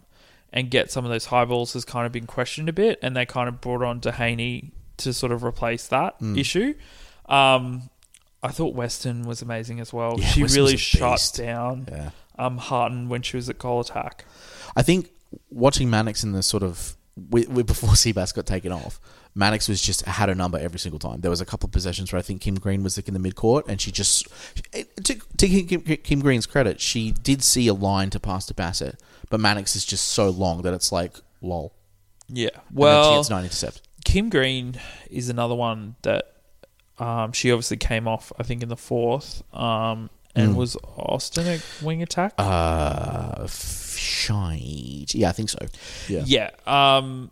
Speaker 2: and get some of those high balls has kind of been questioned a bit, and they kind of brought on Dehaney to sort of replace that
Speaker 1: Mm.
Speaker 2: issue. Um, I thought Weston was amazing as well.
Speaker 1: Yeah, Weston
Speaker 2: she
Speaker 1: was
Speaker 2: really
Speaker 1: a
Speaker 2: shut
Speaker 1: beast.
Speaker 2: down
Speaker 1: Yeah.
Speaker 2: um, Harton when she was at goal attack.
Speaker 1: I think watching Mannix in the sort of wi- wi- before Seabass got taken off, Mannix was just had a number every single time. There was a couple of possessions where I think Kim Green was like in the midcourt, and she just it- to, to Kim, Kim- Kim Green's credit, she did see a line to pass to Bassett, but Mannix is just so long that it's like lol.
Speaker 2: Yeah.
Speaker 1: And then she
Speaker 2: Well,
Speaker 1: gets nine intercept.
Speaker 2: Kim Green is another one that um, she obviously came off, I think, in the fourth. Um, and
Speaker 1: Mm.
Speaker 2: was Austin a wing attack?
Speaker 1: Uh, f- shite. Yeah, I think so. Yeah.
Speaker 2: Yeah. um,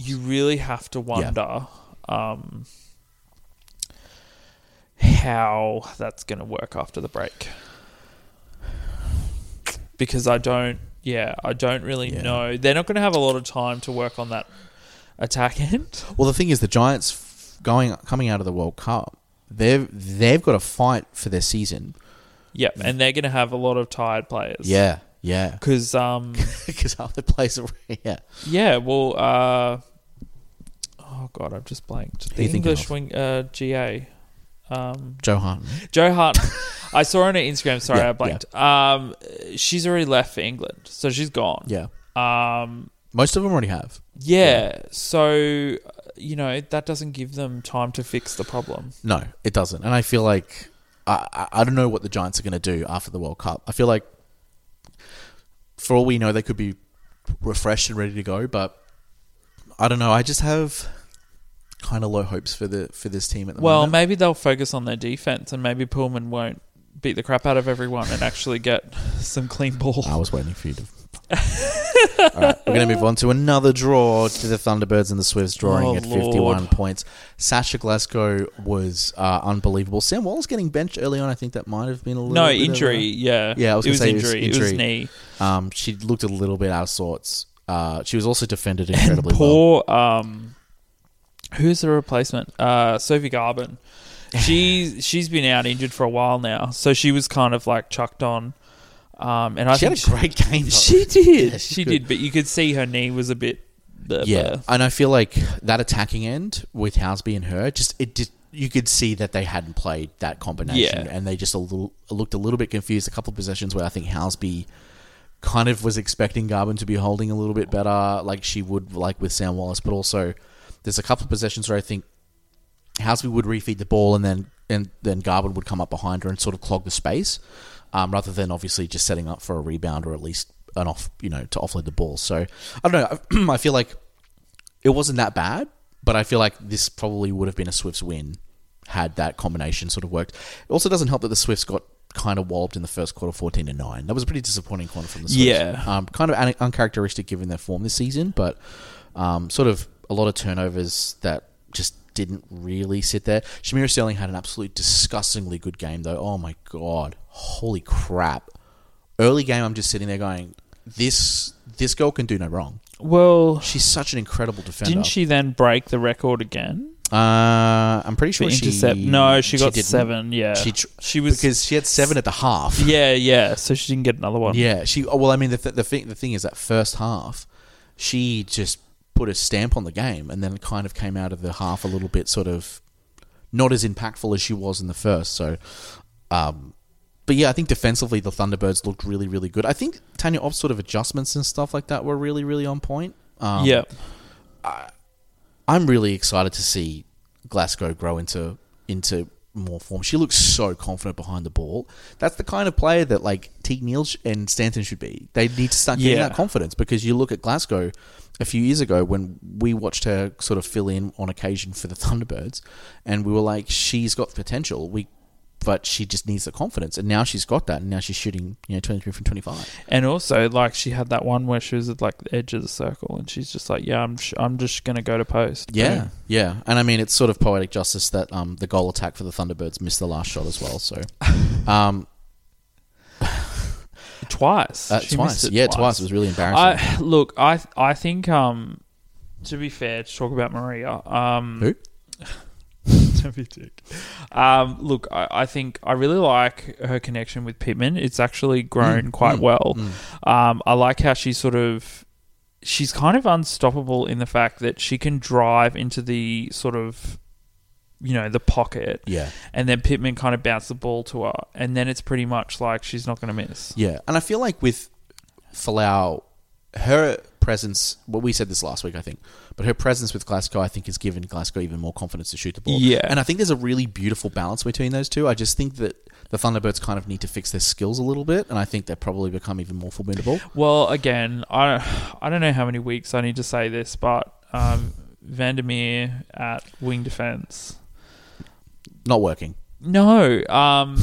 Speaker 2: you really have to wonder um, how that's going to work after the break. Because I don't, yeah, I don't really
Speaker 1: Yeah.
Speaker 2: know. They're not going to have a lot of time to work on that attack end.
Speaker 1: Well, the thing is, the Giants f- going coming out of the World Cup, they've they've got to fight for their season.
Speaker 2: Yep. And they're going to have a lot of tired players.
Speaker 1: Yeah, yeah,
Speaker 2: Because, um,
Speaker 1: because half the players are yeah.
Speaker 2: yeah, well, uh, oh, God, I've just blanked.
Speaker 1: Who
Speaker 2: The
Speaker 1: you thinking
Speaker 2: English
Speaker 1: of?
Speaker 2: wing, uh, GA. Um,
Speaker 1: Joe Hart.
Speaker 2: Joe Hart. I saw her on her Instagram. Sorry,
Speaker 1: Yeah,
Speaker 2: I blanked. Um, she's already left for England, so she's gone.
Speaker 1: Yeah,
Speaker 2: Um,
Speaker 1: most of them already have.
Speaker 2: yeah. So uh, you know that doesn't give them time to fix the problem.
Speaker 1: No, it doesn't. And I feel like I, I, I don't know what the Giants are going to do after the World Cup. I feel like for all we know, they could be refreshed and ready to go. But I don't know. I just have kind of low hopes for the for this team at the
Speaker 2: Well,
Speaker 1: moment.
Speaker 2: maybe they'll focus on their defense, and maybe Pullman won't beat the crap out of everyone and actually get some clean ball.
Speaker 1: I was waiting for you to. All right, we're going to move on to another draw to the Thunderbirds and the Swifts drawing
Speaker 2: Oh,
Speaker 1: at
Speaker 2: Lord.
Speaker 1: 51 points. Sasha Glasgow was uh, unbelievable. Sam Wallace getting benched early on. I think that might have been a little
Speaker 2: No
Speaker 1: bit of a-
Speaker 2: injury. yeah.
Speaker 1: Yeah, I was
Speaker 2: it
Speaker 1: gonna
Speaker 2: was
Speaker 1: say it was
Speaker 2: injury. It was,
Speaker 1: injury.
Speaker 2: knee.
Speaker 1: Um, she looked a little bit out of sorts. Uh, she was also defended
Speaker 2: And
Speaker 1: incredibly well.
Speaker 2: poor um who's the replacement? Uh Sophie Garben. She she's been out injured for a while now. So she was kind of like chucked on. Um and I
Speaker 1: she had
Speaker 2: think
Speaker 1: a great game. though.
Speaker 2: she, she did.
Speaker 1: Yeah, she's
Speaker 2: she
Speaker 1: good.
Speaker 2: did, but you could see her knee was a bit uh,
Speaker 1: yeah, and I feel like that attacking end with Houseby and her, just it just you could see that they hadn't played that combination,
Speaker 2: Yeah.
Speaker 1: and they just a little looked a little bit confused. A couple of possessions where I think Houseby kind of was expecting Garvin to be holding a little bit better, like she would like with Sam Wallace, but also there's a couple of possessions where I think Houseby would refeed the ball, and then and then Garvin would come up behind her and sort of clog the space, um, rather than obviously just setting up for a rebound or at least an off, you know, to offload the ball. So I don't know. I feel like it wasn't that bad, but I feel like this probably would have been a Swifts win had that combination sort of worked. It also doesn't help that the Swifts got kind of walloped in the first quarter, fourteen to nine. That was a pretty disappointing quarter from the Swifts.
Speaker 2: Yeah.
Speaker 1: um, kind of un- uncharacteristic given their form this season, but um, sort of a lot of turnovers that just didn't really sit there. Shamira Sterling had an absolute disgustingly good game though. Oh my god, holy crap! Early game, I'm just sitting there going, this this girl can do no wrong.
Speaker 2: Well,
Speaker 1: She's such an incredible defender.
Speaker 2: didn't she then break the record again?
Speaker 1: Uh, I'm pretty
Speaker 2: For
Speaker 1: sure she
Speaker 2: intercept. No, she got
Speaker 1: didn't.
Speaker 2: seven. Yeah,
Speaker 1: She tr-
Speaker 2: she was.
Speaker 1: because she had seven at the half.
Speaker 2: yeah, yeah. So she didn't get another one.
Speaker 1: Yeah, she. oh, Well, I mean, the th- the thing the thing is that first half, she just put a stamp on the game, and then kind of came out of the half a little bit sort of not as impactful as she was in the first. So, um, but yeah, I think defensively the Thunderbirds looked really really good. I think Tanya Opp's sort of adjustments and stuff like that were really really on point. Um,
Speaker 2: yeah.
Speaker 1: I'm really excited to see Glasgow grow into into more form. She looks so confident behind the ball. That's the kind of player that like Teague Neal sh- and Stanton should be. They need to start getting
Speaker 2: Yeah.
Speaker 1: that confidence because you look at Glasgow a few years ago when we watched her sort of fill in on occasion for the Thunderbirds, and we were like, she's got potential. We but she just needs the confidence, and now she's got that, and now she's shooting, you know, twenty three from twenty five.
Speaker 2: And also, like, she had that one where she was at like the edge of the circle, and she's just like, "Yeah, I'm, sh- I'm just gonna go to post."
Speaker 1: Yeah,
Speaker 2: Boom.
Speaker 1: yeah, and I mean it's sort of poetic justice that um, the goal attack for the Thunderbirds missed the last shot as well. So, um,
Speaker 2: twice.
Speaker 1: uh,
Speaker 2: She
Speaker 1: twice,
Speaker 2: missed it
Speaker 1: yeah, twice. It was really embarrassing.
Speaker 2: I look, I, I think, um, to be fair, to talk about Maria, um,
Speaker 1: Who?
Speaker 2: to be dick. Um, look, I, I think I really like her connection with Pittman. It's actually grown
Speaker 1: Mm,
Speaker 2: quite
Speaker 1: mm,
Speaker 2: well.
Speaker 1: Mm.
Speaker 2: Um, I like how she sort of she's kind of unstoppable in the fact that she can drive into the sort of you know the pocket,
Speaker 1: Yeah,
Speaker 2: and then Pittman kind of bounced the ball to her, and then it's pretty much like she's not going to miss.
Speaker 1: yeah, and I feel like with Falau, her presence. Well, we said this last week, I think, but her presence with Glasgow, I think, has given Glasgow even more confidence to shoot the ball.
Speaker 2: Yeah.
Speaker 1: and I think there's a really beautiful balance between those two. I just think that the Thunderbirds kind of need to fix their skills a little bit, and I think they probably become even more formidable.
Speaker 2: Well, again, I I don't know how many weeks I need to say this, but um, Vandermeer at wing defense.
Speaker 1: Not working.
Speaker 2: No, um,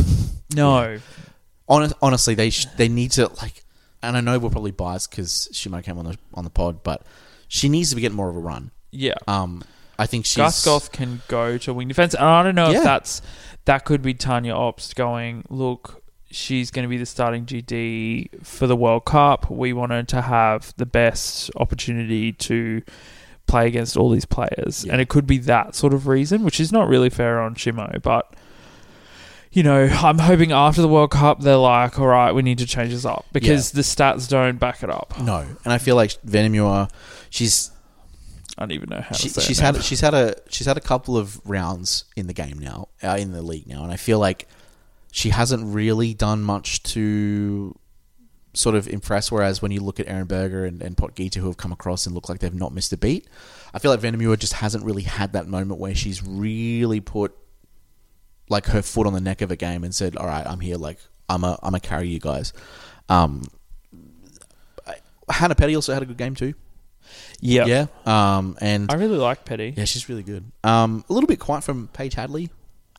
Speaker 2: no.
Speaker 1: Honest, honestly, they sh- they need to like. and I know we're probably biased because Shimo came on the on the pod, but she needs to be getting more of a run.
Speaker 2: Yeah.
Speaker 1: Um, I think she's
Speaker 2: Gaskoth can go to wing defense. And I don't know
Speaker 1: Yeah.
Speaker 2: if that's that could be Tanya Opst going, look, she's going to be the starting GD for the World Cup. We wanted to have the best opportunity to play against all these players.
Speaker 1: Yeah.
Speaker 2: And it could be that sort of reason, which is not really fair on Shimo, but you know, I'm hoping after the World Cup they're like, all right, we need to change this up because the stats don't back it up.
Speaker 1: no, and I feel like Venomua, she's
Speaker 2: I don't even know how
Speaker 1: she,
Speaker 2: to say
Speaker 1: she's
Speaker 2: it now.
Speaker 1: had she's had a she's had a couple of rounds in the game now, uh, in the league now, and I feel like she hasn't really done much to sort of impress. Whereas when you look at Aaron Berger and, and Potgieter, who have come across and look like they've not missed a beat, I feel like Vandermeer just hasn't really had that moment where she's really put like her foot on the neck of a game and said, "All right, I'm here. Like I'm a I'm a carry you guys." Um, I- Hannah Petty also had a good game too.
Speaker 2: yeah.
Speaker 1: Yeah. Um, and
Speaker 2: I really like Petty.
Speaker 1: yeah, she's really good. Um, a little bit quiet from Paige Hadley,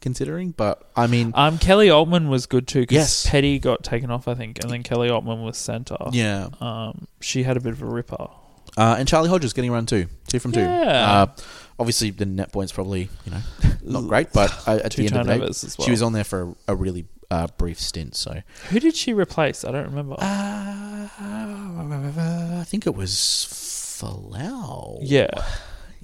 Speaker 1: considering, but I mean,
Speaker 2: Um, Kelly Altman was good too because
Speaker 1: Yes.
Speaker 2: Petty got taken off, I think, and then Kelly Altman was centre.
Speaker 1: yeah.
Speaker 2: Um, she had a bit of a ripper.
Speaker 1: Uh, and Charlie Hodges getting run two, two from two.
Speaker 2: Yeah.
Speaker 1: Uh, obviously, the net points probably you know not great, but uh, at the
Speaker 2: Two
Speaker 1: end of the day,
Speaker 2: turnovers as well.
Speaker 1: she was on there for a, a really uh, brief stint. So
Speaker 2: Who did she replace? I don't remember.
Speaker 1: uh, I think it was Falau.
Speaker 2: yeah.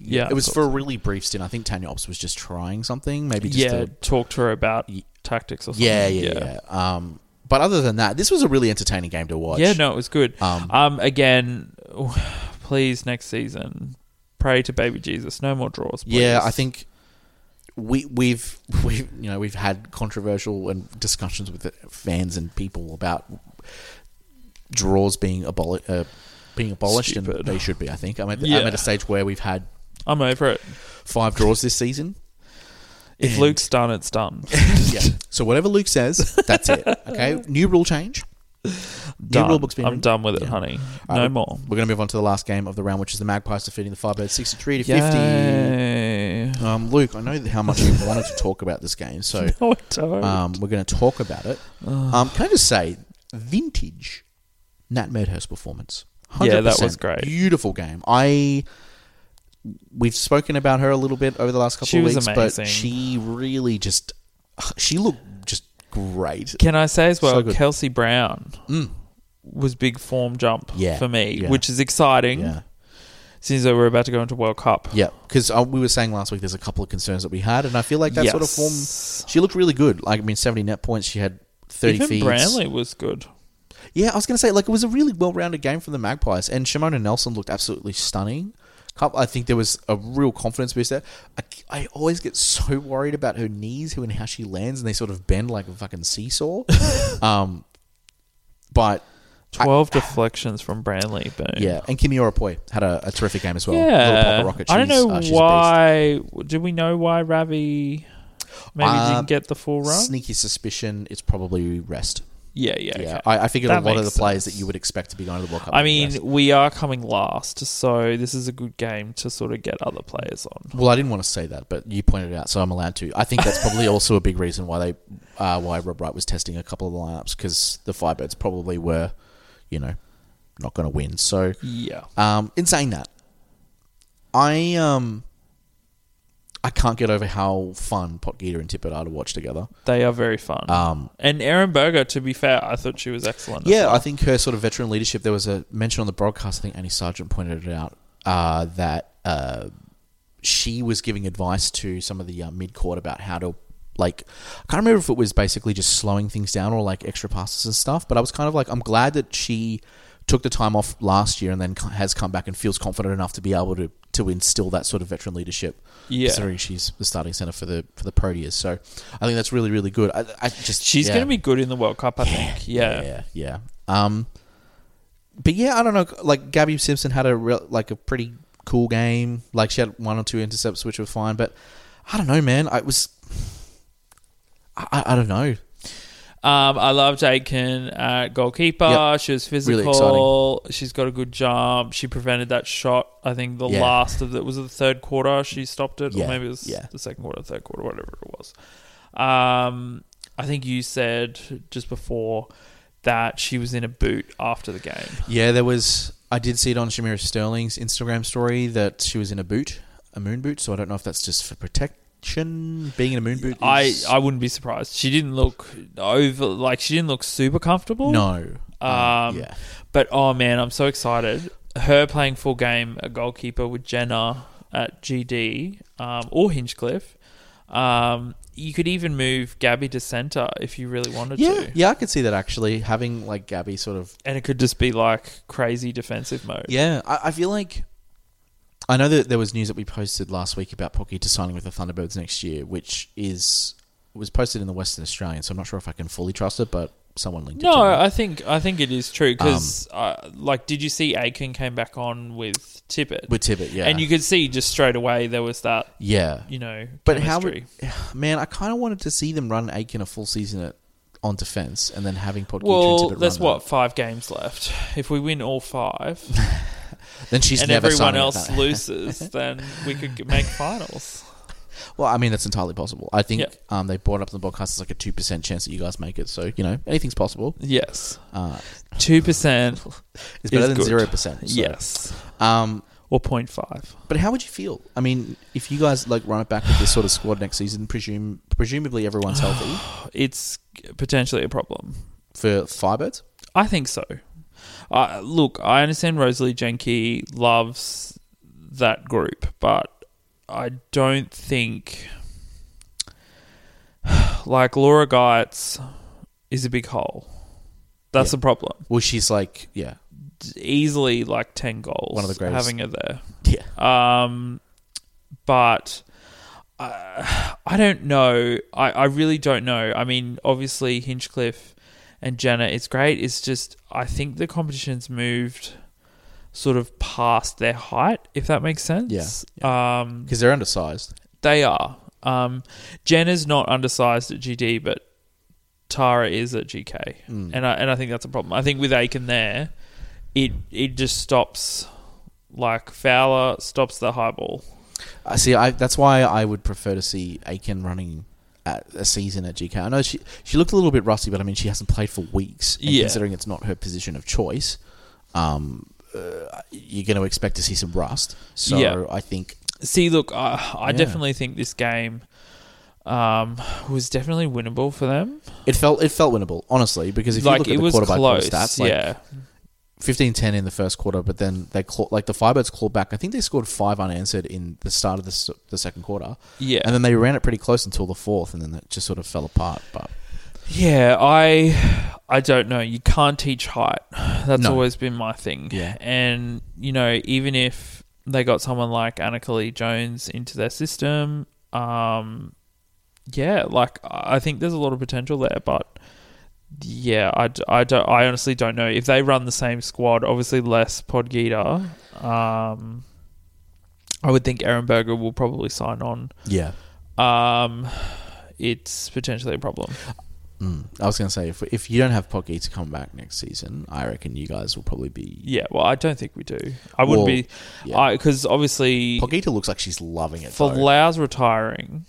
Speaker 2: Yeah.
Speaker 1: It was for a really brief stint. I think Tanya Ops was just trying something, maybe just
Speaker 2: yeah.
Speaker 1: to
Speaker 2: Talk to her about
Speaker 1: Ye-
Speaker 2: tactics or something.
Speaker 1: Yeah, yeah, yeah. Um, but other than that, this was a really entertaining game to watch.
Speaker 2: Yeah, no, it was good.
Speaker 1: Um,
Speaker 2: Um, again, please next season, pray to baby Jesus, no more draws. Please.
Speaker 1: yeah, I think we we've we've you know we've had controversial and discussions with the fans and people about draws being abolished. Uh, being abolished and
Speaker 2: Stupid.
Speaker 1: they should be. I think I'm at,
Speaker 2: Yeah.
Speaker 1: I'm at a stage where we've had
Speaker 2: I'm over it.
Speaker 1: five draws this season.
Speaker 2: If
Speaker 1: And-
Speaker 2: Luke's done, it's done.
Speaker 1: yeah. So whatever Luke says, that's it. Okay. New rule change.
Speaker 2: done.
Speaker 1: rule book's been
Speaker 2: I'm
Speaker 1: written.
Speaker 2: done with it,
Speaker 1: Yeah.
Speaker 2: honey.
Speaker 1: All
Speaker 2: no
Speaker 1: right,
Speaker 2: more.
Speaker 1: We're going to move on to the last game of the round, which is the Magpies defeating the Firebirds 63 to 50.
Speaker 2: Yay.
Speaker 1: Um, Luke, I know that how much you wanted to talk about this game, so
Speaker 2: No, I don't.
Speaker 1: um, we're going to talk about it.
Speaker 2: Oh.
Speaker 1: Um, can I just say, vintage Nat Medhurst performance. 100%.
Speaker 2: Yeah, that was great.
Speaker 1: Beautiful game. I we've spoken about her a little bit over the last couple
Speaker 2: She
Speaker 1: of
Speaker 2: was
Speaker 1: weeks,
Speaker 2: amazing.
Speaker 1: but she really just she looked just great.
Speaker 2: Can I say as well,
Speaker 1: So good.
Speaker 2: Kelsey Brown
Speaker 1: Mm.
Speaker 2: was big form jump
Speaker 1: Yeah,
Speaker 2: for me,
Speaker 1: yeah.
Speaker 2: which is exciting
Speaker 1: Yeah,
Speaker 2: since we're about to go into World Cup.
Speaker 1: yeah. Because uh, we were saying last week, there's a couple of concerns that we had, and I feel like that sort of form.
Speaker 2: Yes.
Speaker 1: She looked really good. Like I mean, 70 net points. She had 30
Speaker 2: Even
Speaker 1: feeds.
Speaker 2: Branley was good.
Speaker 1: Yeah, I was going to say, like, it was a really well rounded game from the Magpies, and Shimona Nelson looked absolutely stunning. Couple- I think there was a real confidence boost there. I, I always get so worried about her knees, who and how she lands, and they sort of bend like a fucking seesaw. um, but
Speaker 2: 12 deflections from Branley, but
Speaker 1: yeah, and Kimi Oropoi had a, a terrific game as well. Little
Speaker 2: Yeah.
Speaker 1: Papa Rocket.
Speaker 2: I don't
Speaker 1: She's-
Speaker 2: know
Speaker 1: uh, she's a beast.
Speaker 2: why. Do we know why Ravi maybe
Speaker 1: Uh,
Speaker 2: didn't get the full run?
Speaker 1: Sneaky suspicion. It's probably rest.
Speaker 2: yeah, yeah.
Speaker 1: Yeah,
Speaker 2: okay.
Speaker 1: I, I figured a
Speaker 2: That
Speaker 1: lot of the
Speaker 2: makes
Speaker 1: players
Speaker 2: sense.
Speaker 1: that you would expect to be going to the World Cup.
Speaker 2: I
Speaker 1: would be
Speaker 2: mean,
Speaker 1: rest.
Speaker 2: we are coming last, so this is a good game to sort of get other players on.
Speaker 1: Well, I didn't want to say that, but you pointed it out, so I'm allowed to. I think that's probably also a big reason why they, uh, why Rob Wright was testing a couple of the lineups because the Firebirds probably were, you know, not going to win. So,
Speaker 2: Yeah.
Speaker 1: um, in saying that, I um, I can't get over how fun Potgieter and Tippett are to watch together.
Speaker 2: They are very fun.
Speaker 1: Um,
Speaker 2: And Erin Berger, to be fair, I thought she was excellent. as
Speaker 1: Yeah,
Speaker 2: well.
Speaker 1: I think her sort of veteran leadership. There was a mention on the broadcast. I think Annie Sargent pointed it out uh, that uh, she was giving advice to some of the uh, mid court about how to like. I can't remember if it was basically just slowing things down or like extra passes and stuff. But I was kind of like, I'm glad that she took the time off last year and then c- has come back and feels confident enough to be able to to instill that sort of veteran leadership.
Speaker 2: Yeah.
Speaker 1: considering she's the starting center for the for the Proteas. So I think that's really really good. I, I just
Speaker 2: she's
Speaker 1: yeah.
Speaker 2: going to be good in the World Cup. I think. Yeah.
Speaker 1: Yeah, yeah. Um, but yeah, I don't know. Like Gabby Simpson had a real, like a pretty cool game. Like she had one or two intercepts, which were fine. But I don't know, man. I was. I, I- I don't know.
Speaker 2: Um, I loved Aiken at goalkeeper.
Speaker 1: Yep.
Speaker 2: She was
Speaker 1: Really
Speaker 2: physical. She's got a good jump. She prevented that shot. I think the
Speaker 1: Yeah.
Speaker 2: last of the was it the third quarter. She stopped it,
Speaker 1: Yeah,
Speaker 2: or maybe it was
Speaker 1: yeah.
Speaker 2: the second quarter, third quarter, whatever it was. Um, I think you said just before that she was in a boot after the game.
Speaker 1: Yeah, there was. I did see it on Shamira Sterling's Instagram story that she was in a boot, a moon boot. So I don't know if that's just for protection. Being in a moon boot.
Speaker 2: I,
Speaker 1: is-
Speaker 2: I wouldn't be surprised. She didn't look over like she didn't look super comfortable.
Speaker 1: no.
Speaker 2: Um,
Speaker 1: yeah.
Speaker 2: But oh man, I'm so excited. Her playing full game, a goalkeeper with Jenna at GD um, or Hinchcliffe. Um, you could even move Gabby to centre if you really wanted
Speaker 1: Yeah,
Speaker 2: to.
Speaker 1: yeah, I could see that actually having like Gabby sort of
Speaker 2: And it could just be like crazy defensive mode.
Speaker 1: Yeah, I, I feel like I know that there was news that we posted last week about Pocky to signing with the Thunderbirds next year, which is was posted in the Western Australian. So I'm not sure if I can fully trust it, but someone linked it.
Speaker 2: No,
Speaker 1: to me.
Speaker 2: I think I think it is true
Speaker 1: Um,
Speaker 2: because, uh, like, did you see Aiken came back on with Tippett?
Speaker 1: with Tibbet, yeah,
Speaker 2: And you could see just straight away there was that,
Speaker 1: yeah.
Speaker 2: you know,
Speaker 1: But how
Speaker 2: chemistry.
Speaker 1: would, man? I kind of wanted to see them run Aiken a full season at, on defense, and then having Podkey
Speaker 2: well,
Speaker 1: and Tibbet
Speaker 2: there's
Speaker 1: run
Speaker 2: what five games left. If we win all five,
Speaker 1: that. Then she's
Speaker 2: and
Speaker 1: never
Speaker 2: everyone
Speaker 1: signing at
Speaker 2: else
Speaker 1: that.
Speaker 2: loses, then we could g- make finals.
Speaker 1: Well, I mean that's entirely possible. I think
Speaker 2: Yeah.
Speaker 1: um, they brought up in the podcast it's like a two percent chance that you guys make it. So you know anything's possible.
Speaker 2: Yes,
Speaker 1: Uh,
Speaker 2: two percent.
Speaker 1: it's better
Speaker 2: Is
Speaker 1: than
Speaker 2: good.
Speaker 1: zero percent.
Speaker 2: Yes,
Speaker 1: Um,
Speaker 2: or 0.5.
Speaker 1: But how would you feel? I mean, if you guys like run it back with this sort of squad next season, presume presumably everyone's healthy
Speaker 2: It's potentially a problem.
Speaker 1: for Firebirds.
Speaker 2: I think so. Uh, look, I understand Rosalie Jenke loves that group, but I don't think like Laura Geitz is a big hole. That's
Speaker 1: Yeah.
Speaker 2: the problem.
Speaker 1: Well, she's like, yeah,
Speaker 2: Easily like ten goals.
Speaker 1: One of the greatest.
Speaker 2: having her there.
Speaker 1: yeah,
Speaker 2: Um, but I, I don't know. I, I really don't know. I mean, obviously Hinchcliffe and Jenna is great. It's just I think the competition's moved sort of past their height, if that makes sense.
Speaker 1: Yeah,
Speaker 2: Um,
Speaker 1: because they're undersized.
Speaker 2: they are. Um, Jenna's not undersized at GD, but Tara is at GK,
Speaker 1: Mm.
Speaker 2: and I and I think that's a problem. I think with Aiken there, it it just stops. Like Fowler stops the high ball.
Speaker 1: I see. I that's why I would prefer to see Aiken running at a season at GK. I know she she looked a little bit rusty, but I mean, she hasn't played for weeks. And
Speaker 2: Yeah.
Speaker 1: considering it's not her position of choice, um, uh, you're going to expect to see some rust. So
Speaker 2: Yeah.
Speaker 1: I think
Speaker 2: See, look, I, I
Speaker 1: Yeah.
Speaker 2: definitely think this game um, was definitely winnable for them.
Speaker 1: it felt it felt winnable, honestly, because if you
Speaker 2: like
Speaker 1: look at
Speaker 2: it
Speaker 1: the
Speaker 2: was
Speaker 1: quarter by
Speaker 2: close.
Speaker 1: quarter stats, like,
Speaker 2: yeah,
Speaker 1: 15-10 in the first quarter, but then they claw, like the Firebirds clawed back. I think they scored five unanswered in the start of the, s- the second quarter,
Speaker 2: yeah,
Speaker 1: and then they ran it pretty close until the fourth, and then it just sort of fell apart. But
Speaker 2: yeah. I I don't know. You can't teach height. That's
Speaker 1: No.
Speaker 2: always been my thing.
Speaker 1: Yeah.
Speaker 2: and you know, even if they got someone like Annalee Jones into their system, um, yeah, like I I think there's a lot of potential there, but. Yeah, I, d- I don't. I honestly don't know if they run the same squad. Obviously, less Podgita. Um, I would think Ehrenberger will probably sign on.
Speaker 1: yeah,
Speaker 2: Um, it's potentially a problem.
Speaker 1: mm. I was going to say if if you don't have Pocky to come back next season, I reckon you guys will probably be.
Speaker 2: Yeah, well, I don't think we do. I
Speaker 1: Well,
Speaker 2: wouldn't be.
Speaker 1: Yeah.
Speaker 2: I because obviously
Speaker 1: Pockita looks like she's loving it.
Speaker 2: for
Speaker 1: though.
Speaker 2: Lau's retiring.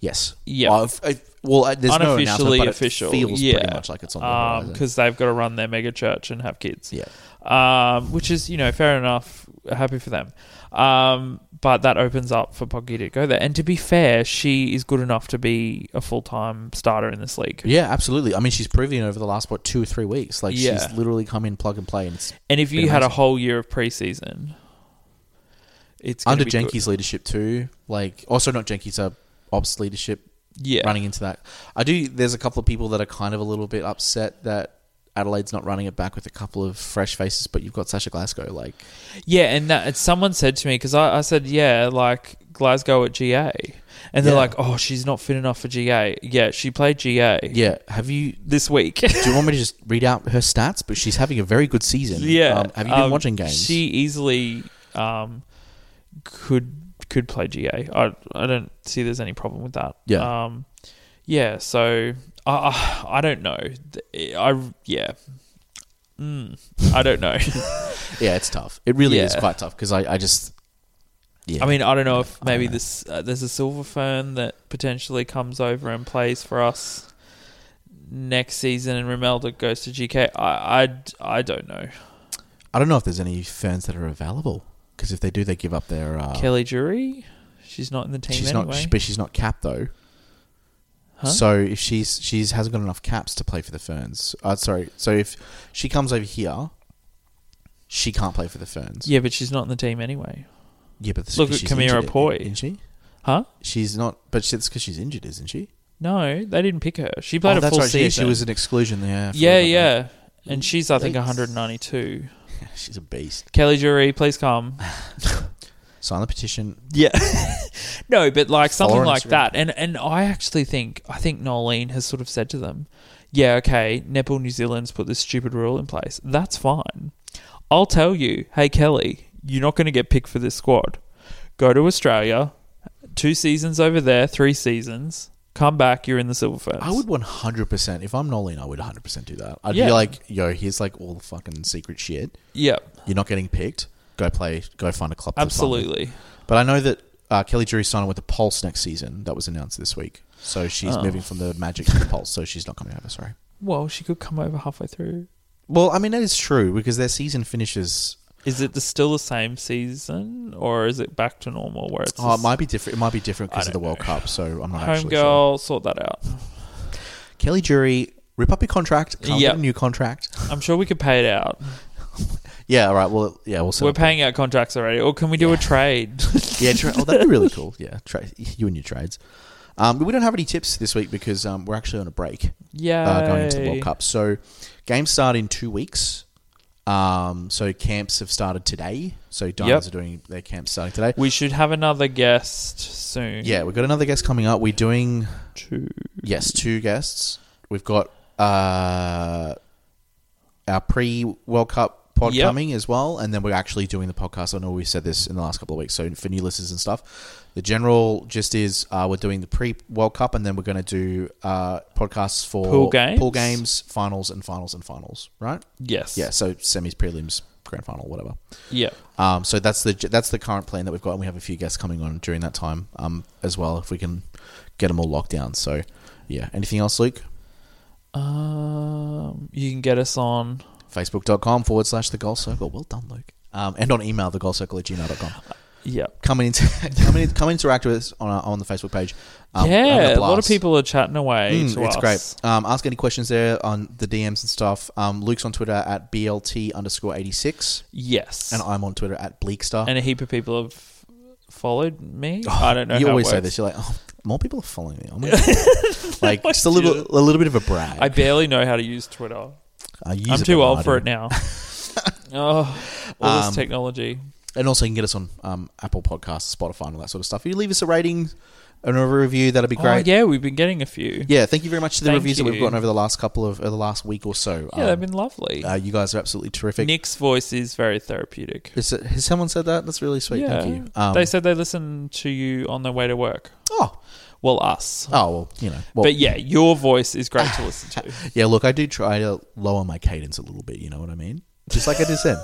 Speaker 1: yes,
Speaker 2: Yeah.
Speaker 1: Well, if- if- well, uh, there's no
Speaker 2: Unofficially
Speaker 1: announcement, but
Speaker 2: official,
Speaker 1: It feels
Speaker 2: yeah.
Speaker 1: pretty much like it's on the
Speaker 2: Um,
Speaker 1: horizon.
Speaker 2: because they've got to run their mega church and have kids.
Speaker 1: Yeah,
Speaker 2: um, which is you know fair enough. Happy for them, um, but that opens up for Poggi to go there. And to be fair, she is good enough to be a full time starter in this league.
Speaker 1: yeah, absolutely. I mean, she's proven it over the last what two or three weeks. Like
Speaker 2: Yeah.
Speaker 1: she's literally come in, plug and play, and it's
Speaker 2: And if you
Speaker 1: Been
Speaker 2: had a
Speaker 1: amazing.
Speaker 2: whole year of preseason, it's gonna
Speaker 1: under
Speaker 2: be good.
Speaker 1: Jenke's leadership too. Like also not Jenke's uh, ops leadership
Speaker 2: yeah,
Speaker 1: running into that. I do. There's a couple of people that are kind of a little bit upset that Adelaide's not running it back with a couple of fresh faces, but you've got Sasha Glasgow. Like
Speaker 2: yeah. And that and someone said to me because I, I said yeah, like Glasgow at GA, and they're
Speaker 1: Yeah.
Speaker 2: like, oh, she's not fit enough for GA. Yeah, she played GA
Speaker 1: yeah, have you?
Speaker 2: this week.
Speaker 1: Do you want me to just read out her stats? But she's having a very good season.
Speaker 2: Yeah.
Speaker 1: Um, have you been
Speaker 2: um,
Speaker 1: watching games?
Speaker 2: She easily um, could could play GA. I I don't see there's any problem with that.
Speaker 1: Yeah.
Speaker 2: Um, yeah. So I I I don't know. Th- I yeah. Mm, I don't know.
Speaker 1: yeah, it's tough. It really is
Speaker 2: Yeah.
Speaker 1: quite tough because I, I just. Yeah.
Speaker 2: I mean, I don't know if
Speaker 1: I don't
Speaker 2: maybe
Speaker 1: know.
Speaker 2: this uh, there's a silver fern that potentially comes over and plays for us next season and Romelda goes to GK, I, I, I don't know.
Speaker 1: I don't know if there's any ferns that are available because if they do, they give up their. Uh,
Speaker 2: Kelly Jury, she's not in the team
Speaker 1: she's
Speaker 2: anyway.
Speaker 1: not, but she's not cap though.
Speaker 2: Huh?
Speaker 1: So if she's she's hasn't got enough caps to play for the Ferns. Uh, sorry. So if she comes over here, she can't play for the Ferns.
Speaker 2: yeah, but she's not in the team anyway.
Speaker 1: Yeah, but that's
Speaker 2: Look
Speaker 1: 'cause
Speaker 2: at
Speaker 1: she's
Speaker 2: Kamira
Speaker 1: injured,
Speaker 2: Poi.
Speaker 1: isn't she?
Speaker 2: Huh?
Speaker 1: She's not, but she- that's because she's injured, isn't she?
Speaker 2: No, they didn't pick her. She played
Speaker 1: oh,
Speaker 2: a
Speaker 1: that's
Speaker 2: full
Speaker 1: right. Yeah,
Speaker 2: season.
Speaker 1: she was an exclusion there. I forgot
Speaker 2: yeah,
Speaker 1: about that.
Speaker 2: yeah. And she's, I think,
Speaker 1: Yikes.
Speaker 2: 192.
Speaker 1: She's a beast.
Speaker 2: Kelly Jury, please come.
Speaker 1: Sign the petition.
Speaker 2: Yeah. no, but like something
Speaker 1: Follow her on
Speaker 2: like
Speaker 1: Instagram.
Speaker 2: that. And and I actually think I think Nolene has sort of said to them, Yeah, okay, Nepal New Zealand's put this stupid rule in place. That's fine. I'll tell you, hey Kelly, you're not gonna get picked for this squad. Go to Australia, two seasons over there, three seasons, come back, you're in the Silver Ferns.
Speaker 1: I would 100%. If I'm Nolene, I would 100% do that. I'd
Speaker 2: Yeah.
Speaker 1: be like, yo, here's like all the fucking secret shit.
Speaker 2: Yeah,
Speaker 1: You're not getting picked. Go play, go find a club. to sign with.
Speaker 2: absolutely.
Speaker 1: But I know that uh, Kelly Drury's signing with the Pulse next season. That was announced this week. So she's
Speaker 2: Oh.
Speaker 1: moving from the Magic to the Pulse. So she's not coming over, sorry.
Speaker 2: Well, she could come over halfway through.
Speaker 1: Well, I mean, that is true because their season finishes.
Speaker 2: Is it the, still the same season, or is it back to normal where it's
Speaker 1: Oh, it
Speaker 2: just-
Speaker 1: might be different. It might be different
Speaker 2: I
Speaker 1: because of the
Speaker 2: don't
Speaker 1: World
Speaker 2: know.
Speaker 1: Cup. So I'm not actually sure.
Speaker 2: Homegirl, sort that out.
Speaker 1: Kelly Drury, rip up your contract. Can't
Speaker 2: Yeah.
Speaker 1: get a new contract.
Speaker 2: I'm sure we could pay it out.
Speaker 1: Yeah, all right. Well, yeah, we'll. set
Speaker 2: We're
Speaker 1: up-
Speaker 2: paying out contracts already. Or can we do a trade?
Speaker 1: Yeah, tra- oh, that'd be really cool. Yeah, tra- you and your trades. Um, but we don't have any tips this week because um, we're actually on a break
Speaker 2: yeah.
Speaker 1: uh, going into the World Cup. So games start in two weeks. Um, so camps have started today. So Diamonds
Speaker 2: Yep.
Speaker 1: are doing their camps starting today.
Speaker 2: We should have another guest soon.
Speaker 1: Yeah, we've got another guest coming up. We're doing
Speaker 2: Two.
Speaker 1: yes, two guests. We've got uh, our pre World Cup pod
Speaker 2: Yep.
Speaker 1: coming as well, and then we're actually doing the podcast. I know we said this in the last couple of weeks. So for new listeners and stuff, the general gist is uh, we're doing the pre World Cup, and then we're going to do uh, podcasts for
Speaker 2: Pool games?
Speaker 1: pool games, finals, and finals and finals. Right?
Speaker 2: Yes.
Speaker 1: Yeah. So semis, prelims, grand final, whatever.
Speaker 2: Yeah.
Speaker 1: Um, so that's the that's the current plan that we've got, and we have a few guests coming on during that time um, as well if we can get them all locked down. So yeah, anything else, Luke?
Speaker 2: Um, you can get us on.
Speaker 1: Facebook.com forward slash the goal circle. Well done, Luke. Um, and on email, the goal circle at gmail.com.
Speaker 2: Yeah.
Speaker 1: Come and, inter- come, and come and interact with us on, our, on the Facebook page. Um, we're having
Speaker 2: yeah. A, lot of
Speaker 1: blast.
Speaker 2: people are chatting away.
Speaker 1: Mm,
Speaker 2: to
Speaker 1: it's
Speaker 2: us.
Speaker 1: great. Um, ask any questions there on the DMs and stuff. Um, Luke's on Twitter at BLT underscore 86,
Speaker 2: Yes.
Speaker 1: and
Speaker 2: And,
Speaker 1: I'm on Twitter at Bleakstar.
Speaker 2: a heap of people have followed me. I don't know.
Speaker 1: Oh, You
Speaker 2: how it
Speaker 1: always say
Speaker 2: works.
Speaker 1: this. You're like, oh, more people are following me. Oh my God. like just a little, a little bit of a brag.
Speaker 2: I barely know how to use Twitter.
Speaker 1: I use
Speaker 2: I'm
Speaker 1: it,
Speaker 2: too
Speaker 1: but
Speaker 2: old
Speaker 1: I
Speaker 2: for it
Speaker 1: don't.
Speaker 2: now. oh, all
Speaker 1: Um,
Speaker 2: this technology.
Speaker 1: And also, you can get us on um, Apple Podcasts, Spotify, and all that sort of stuff. If you leave us a rating and a review, that'd be great.
Speaker 2: Oh, yeah, we've been getting a few.
Speaker 1: Yeah, thank you very much to the
Speaker 2: Thank
Speaker 1: reviews that
Speaker 2: you.
Speaker 1: we've gotten over the last couple of, uh, the last week or so.
Speaker 2: Yeah, they've been lovely.
Speaker 1: uh, you guys are absolutely terrific.
Speaker 2: Nick's voice is very therapeutic.
Speaker 1: Is it, has someone said that? That's really sweet.
Speaker 2: Yeah.
Speaker 1: Thank you. Um,
Speaker 2: they said they listen to you on their way to work.
Speaker 1: oh,
Speaker 2: Well, us.
Speaker 1: oh, well, you know. Well,
Speaker 2: but yeah, your voice is great to listen to.
Speaker 1: Yeah, look, I do try to lower my cadence a little bit. You know what I mean? Just like I just said.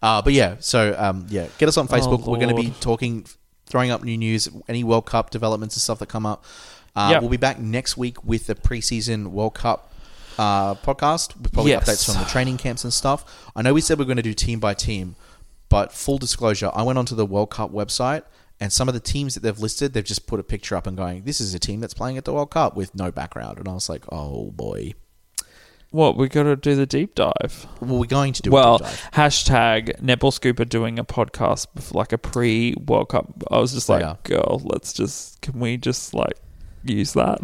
Speaker 1: Uh, but yeah, so um, yeah, get us on Facebook. We're going to be
Speaker 2: Oh, Lord.
Speaker 1: talking, throwing up new news, any World Cup developments and stuff that come up. Uh,
Speaker 2: Yep.
Speaker 1: We'll be back next week with the preseason World Cup uh, podcast with probably
Speaker 2: Yes.
Speaker 1: updates from the training camps and stuff. I know we said we are going to do team by team, but full disclosure, I went onto the World Cup website. And some of the teams that they've listed, they've just put a picture up and going, "This is a team that's playing at the World Cup with no background." And I was like, "Oh boy,
Speaker 2: What, we got to do the deep dive?
Speaker 1: well, we're going to do
Speaker 2: well,
Speaker 1: a deep dive.
Speaker 2: hashtag Netball Scooper doing a podcast, bef- like a pre World Cup. I was just
Speaker 1: They
Speaker 2: like,
Speaker 1: are.
Speaker 2: girl, let's just, can we just like use that?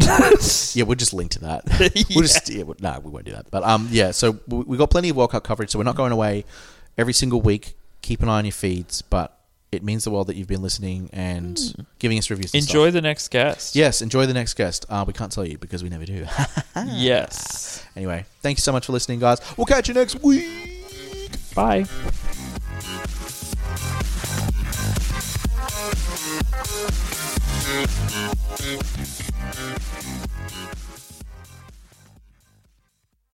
Speaker 1: Yeah, we'll just link to that. We'll just yeah, we no, we won't do that. But um, yeah, so we, we got plenty of World Cup coverage, so we're not going away every single week. Keep an eye on your feeds, but it means the world that you've been listening and giving us reviews. and stuff.
Speaker 2: Hmm. Enjoy the next guest.
Speaker 1: Yes, enjoy the next guest. Uh, we can't tell you because we never do.
Speaker 2: Yes.
Speaker 1: anyway, thank you so much for listening, guys. We'll catch you next week.
Speaker 2: Bye.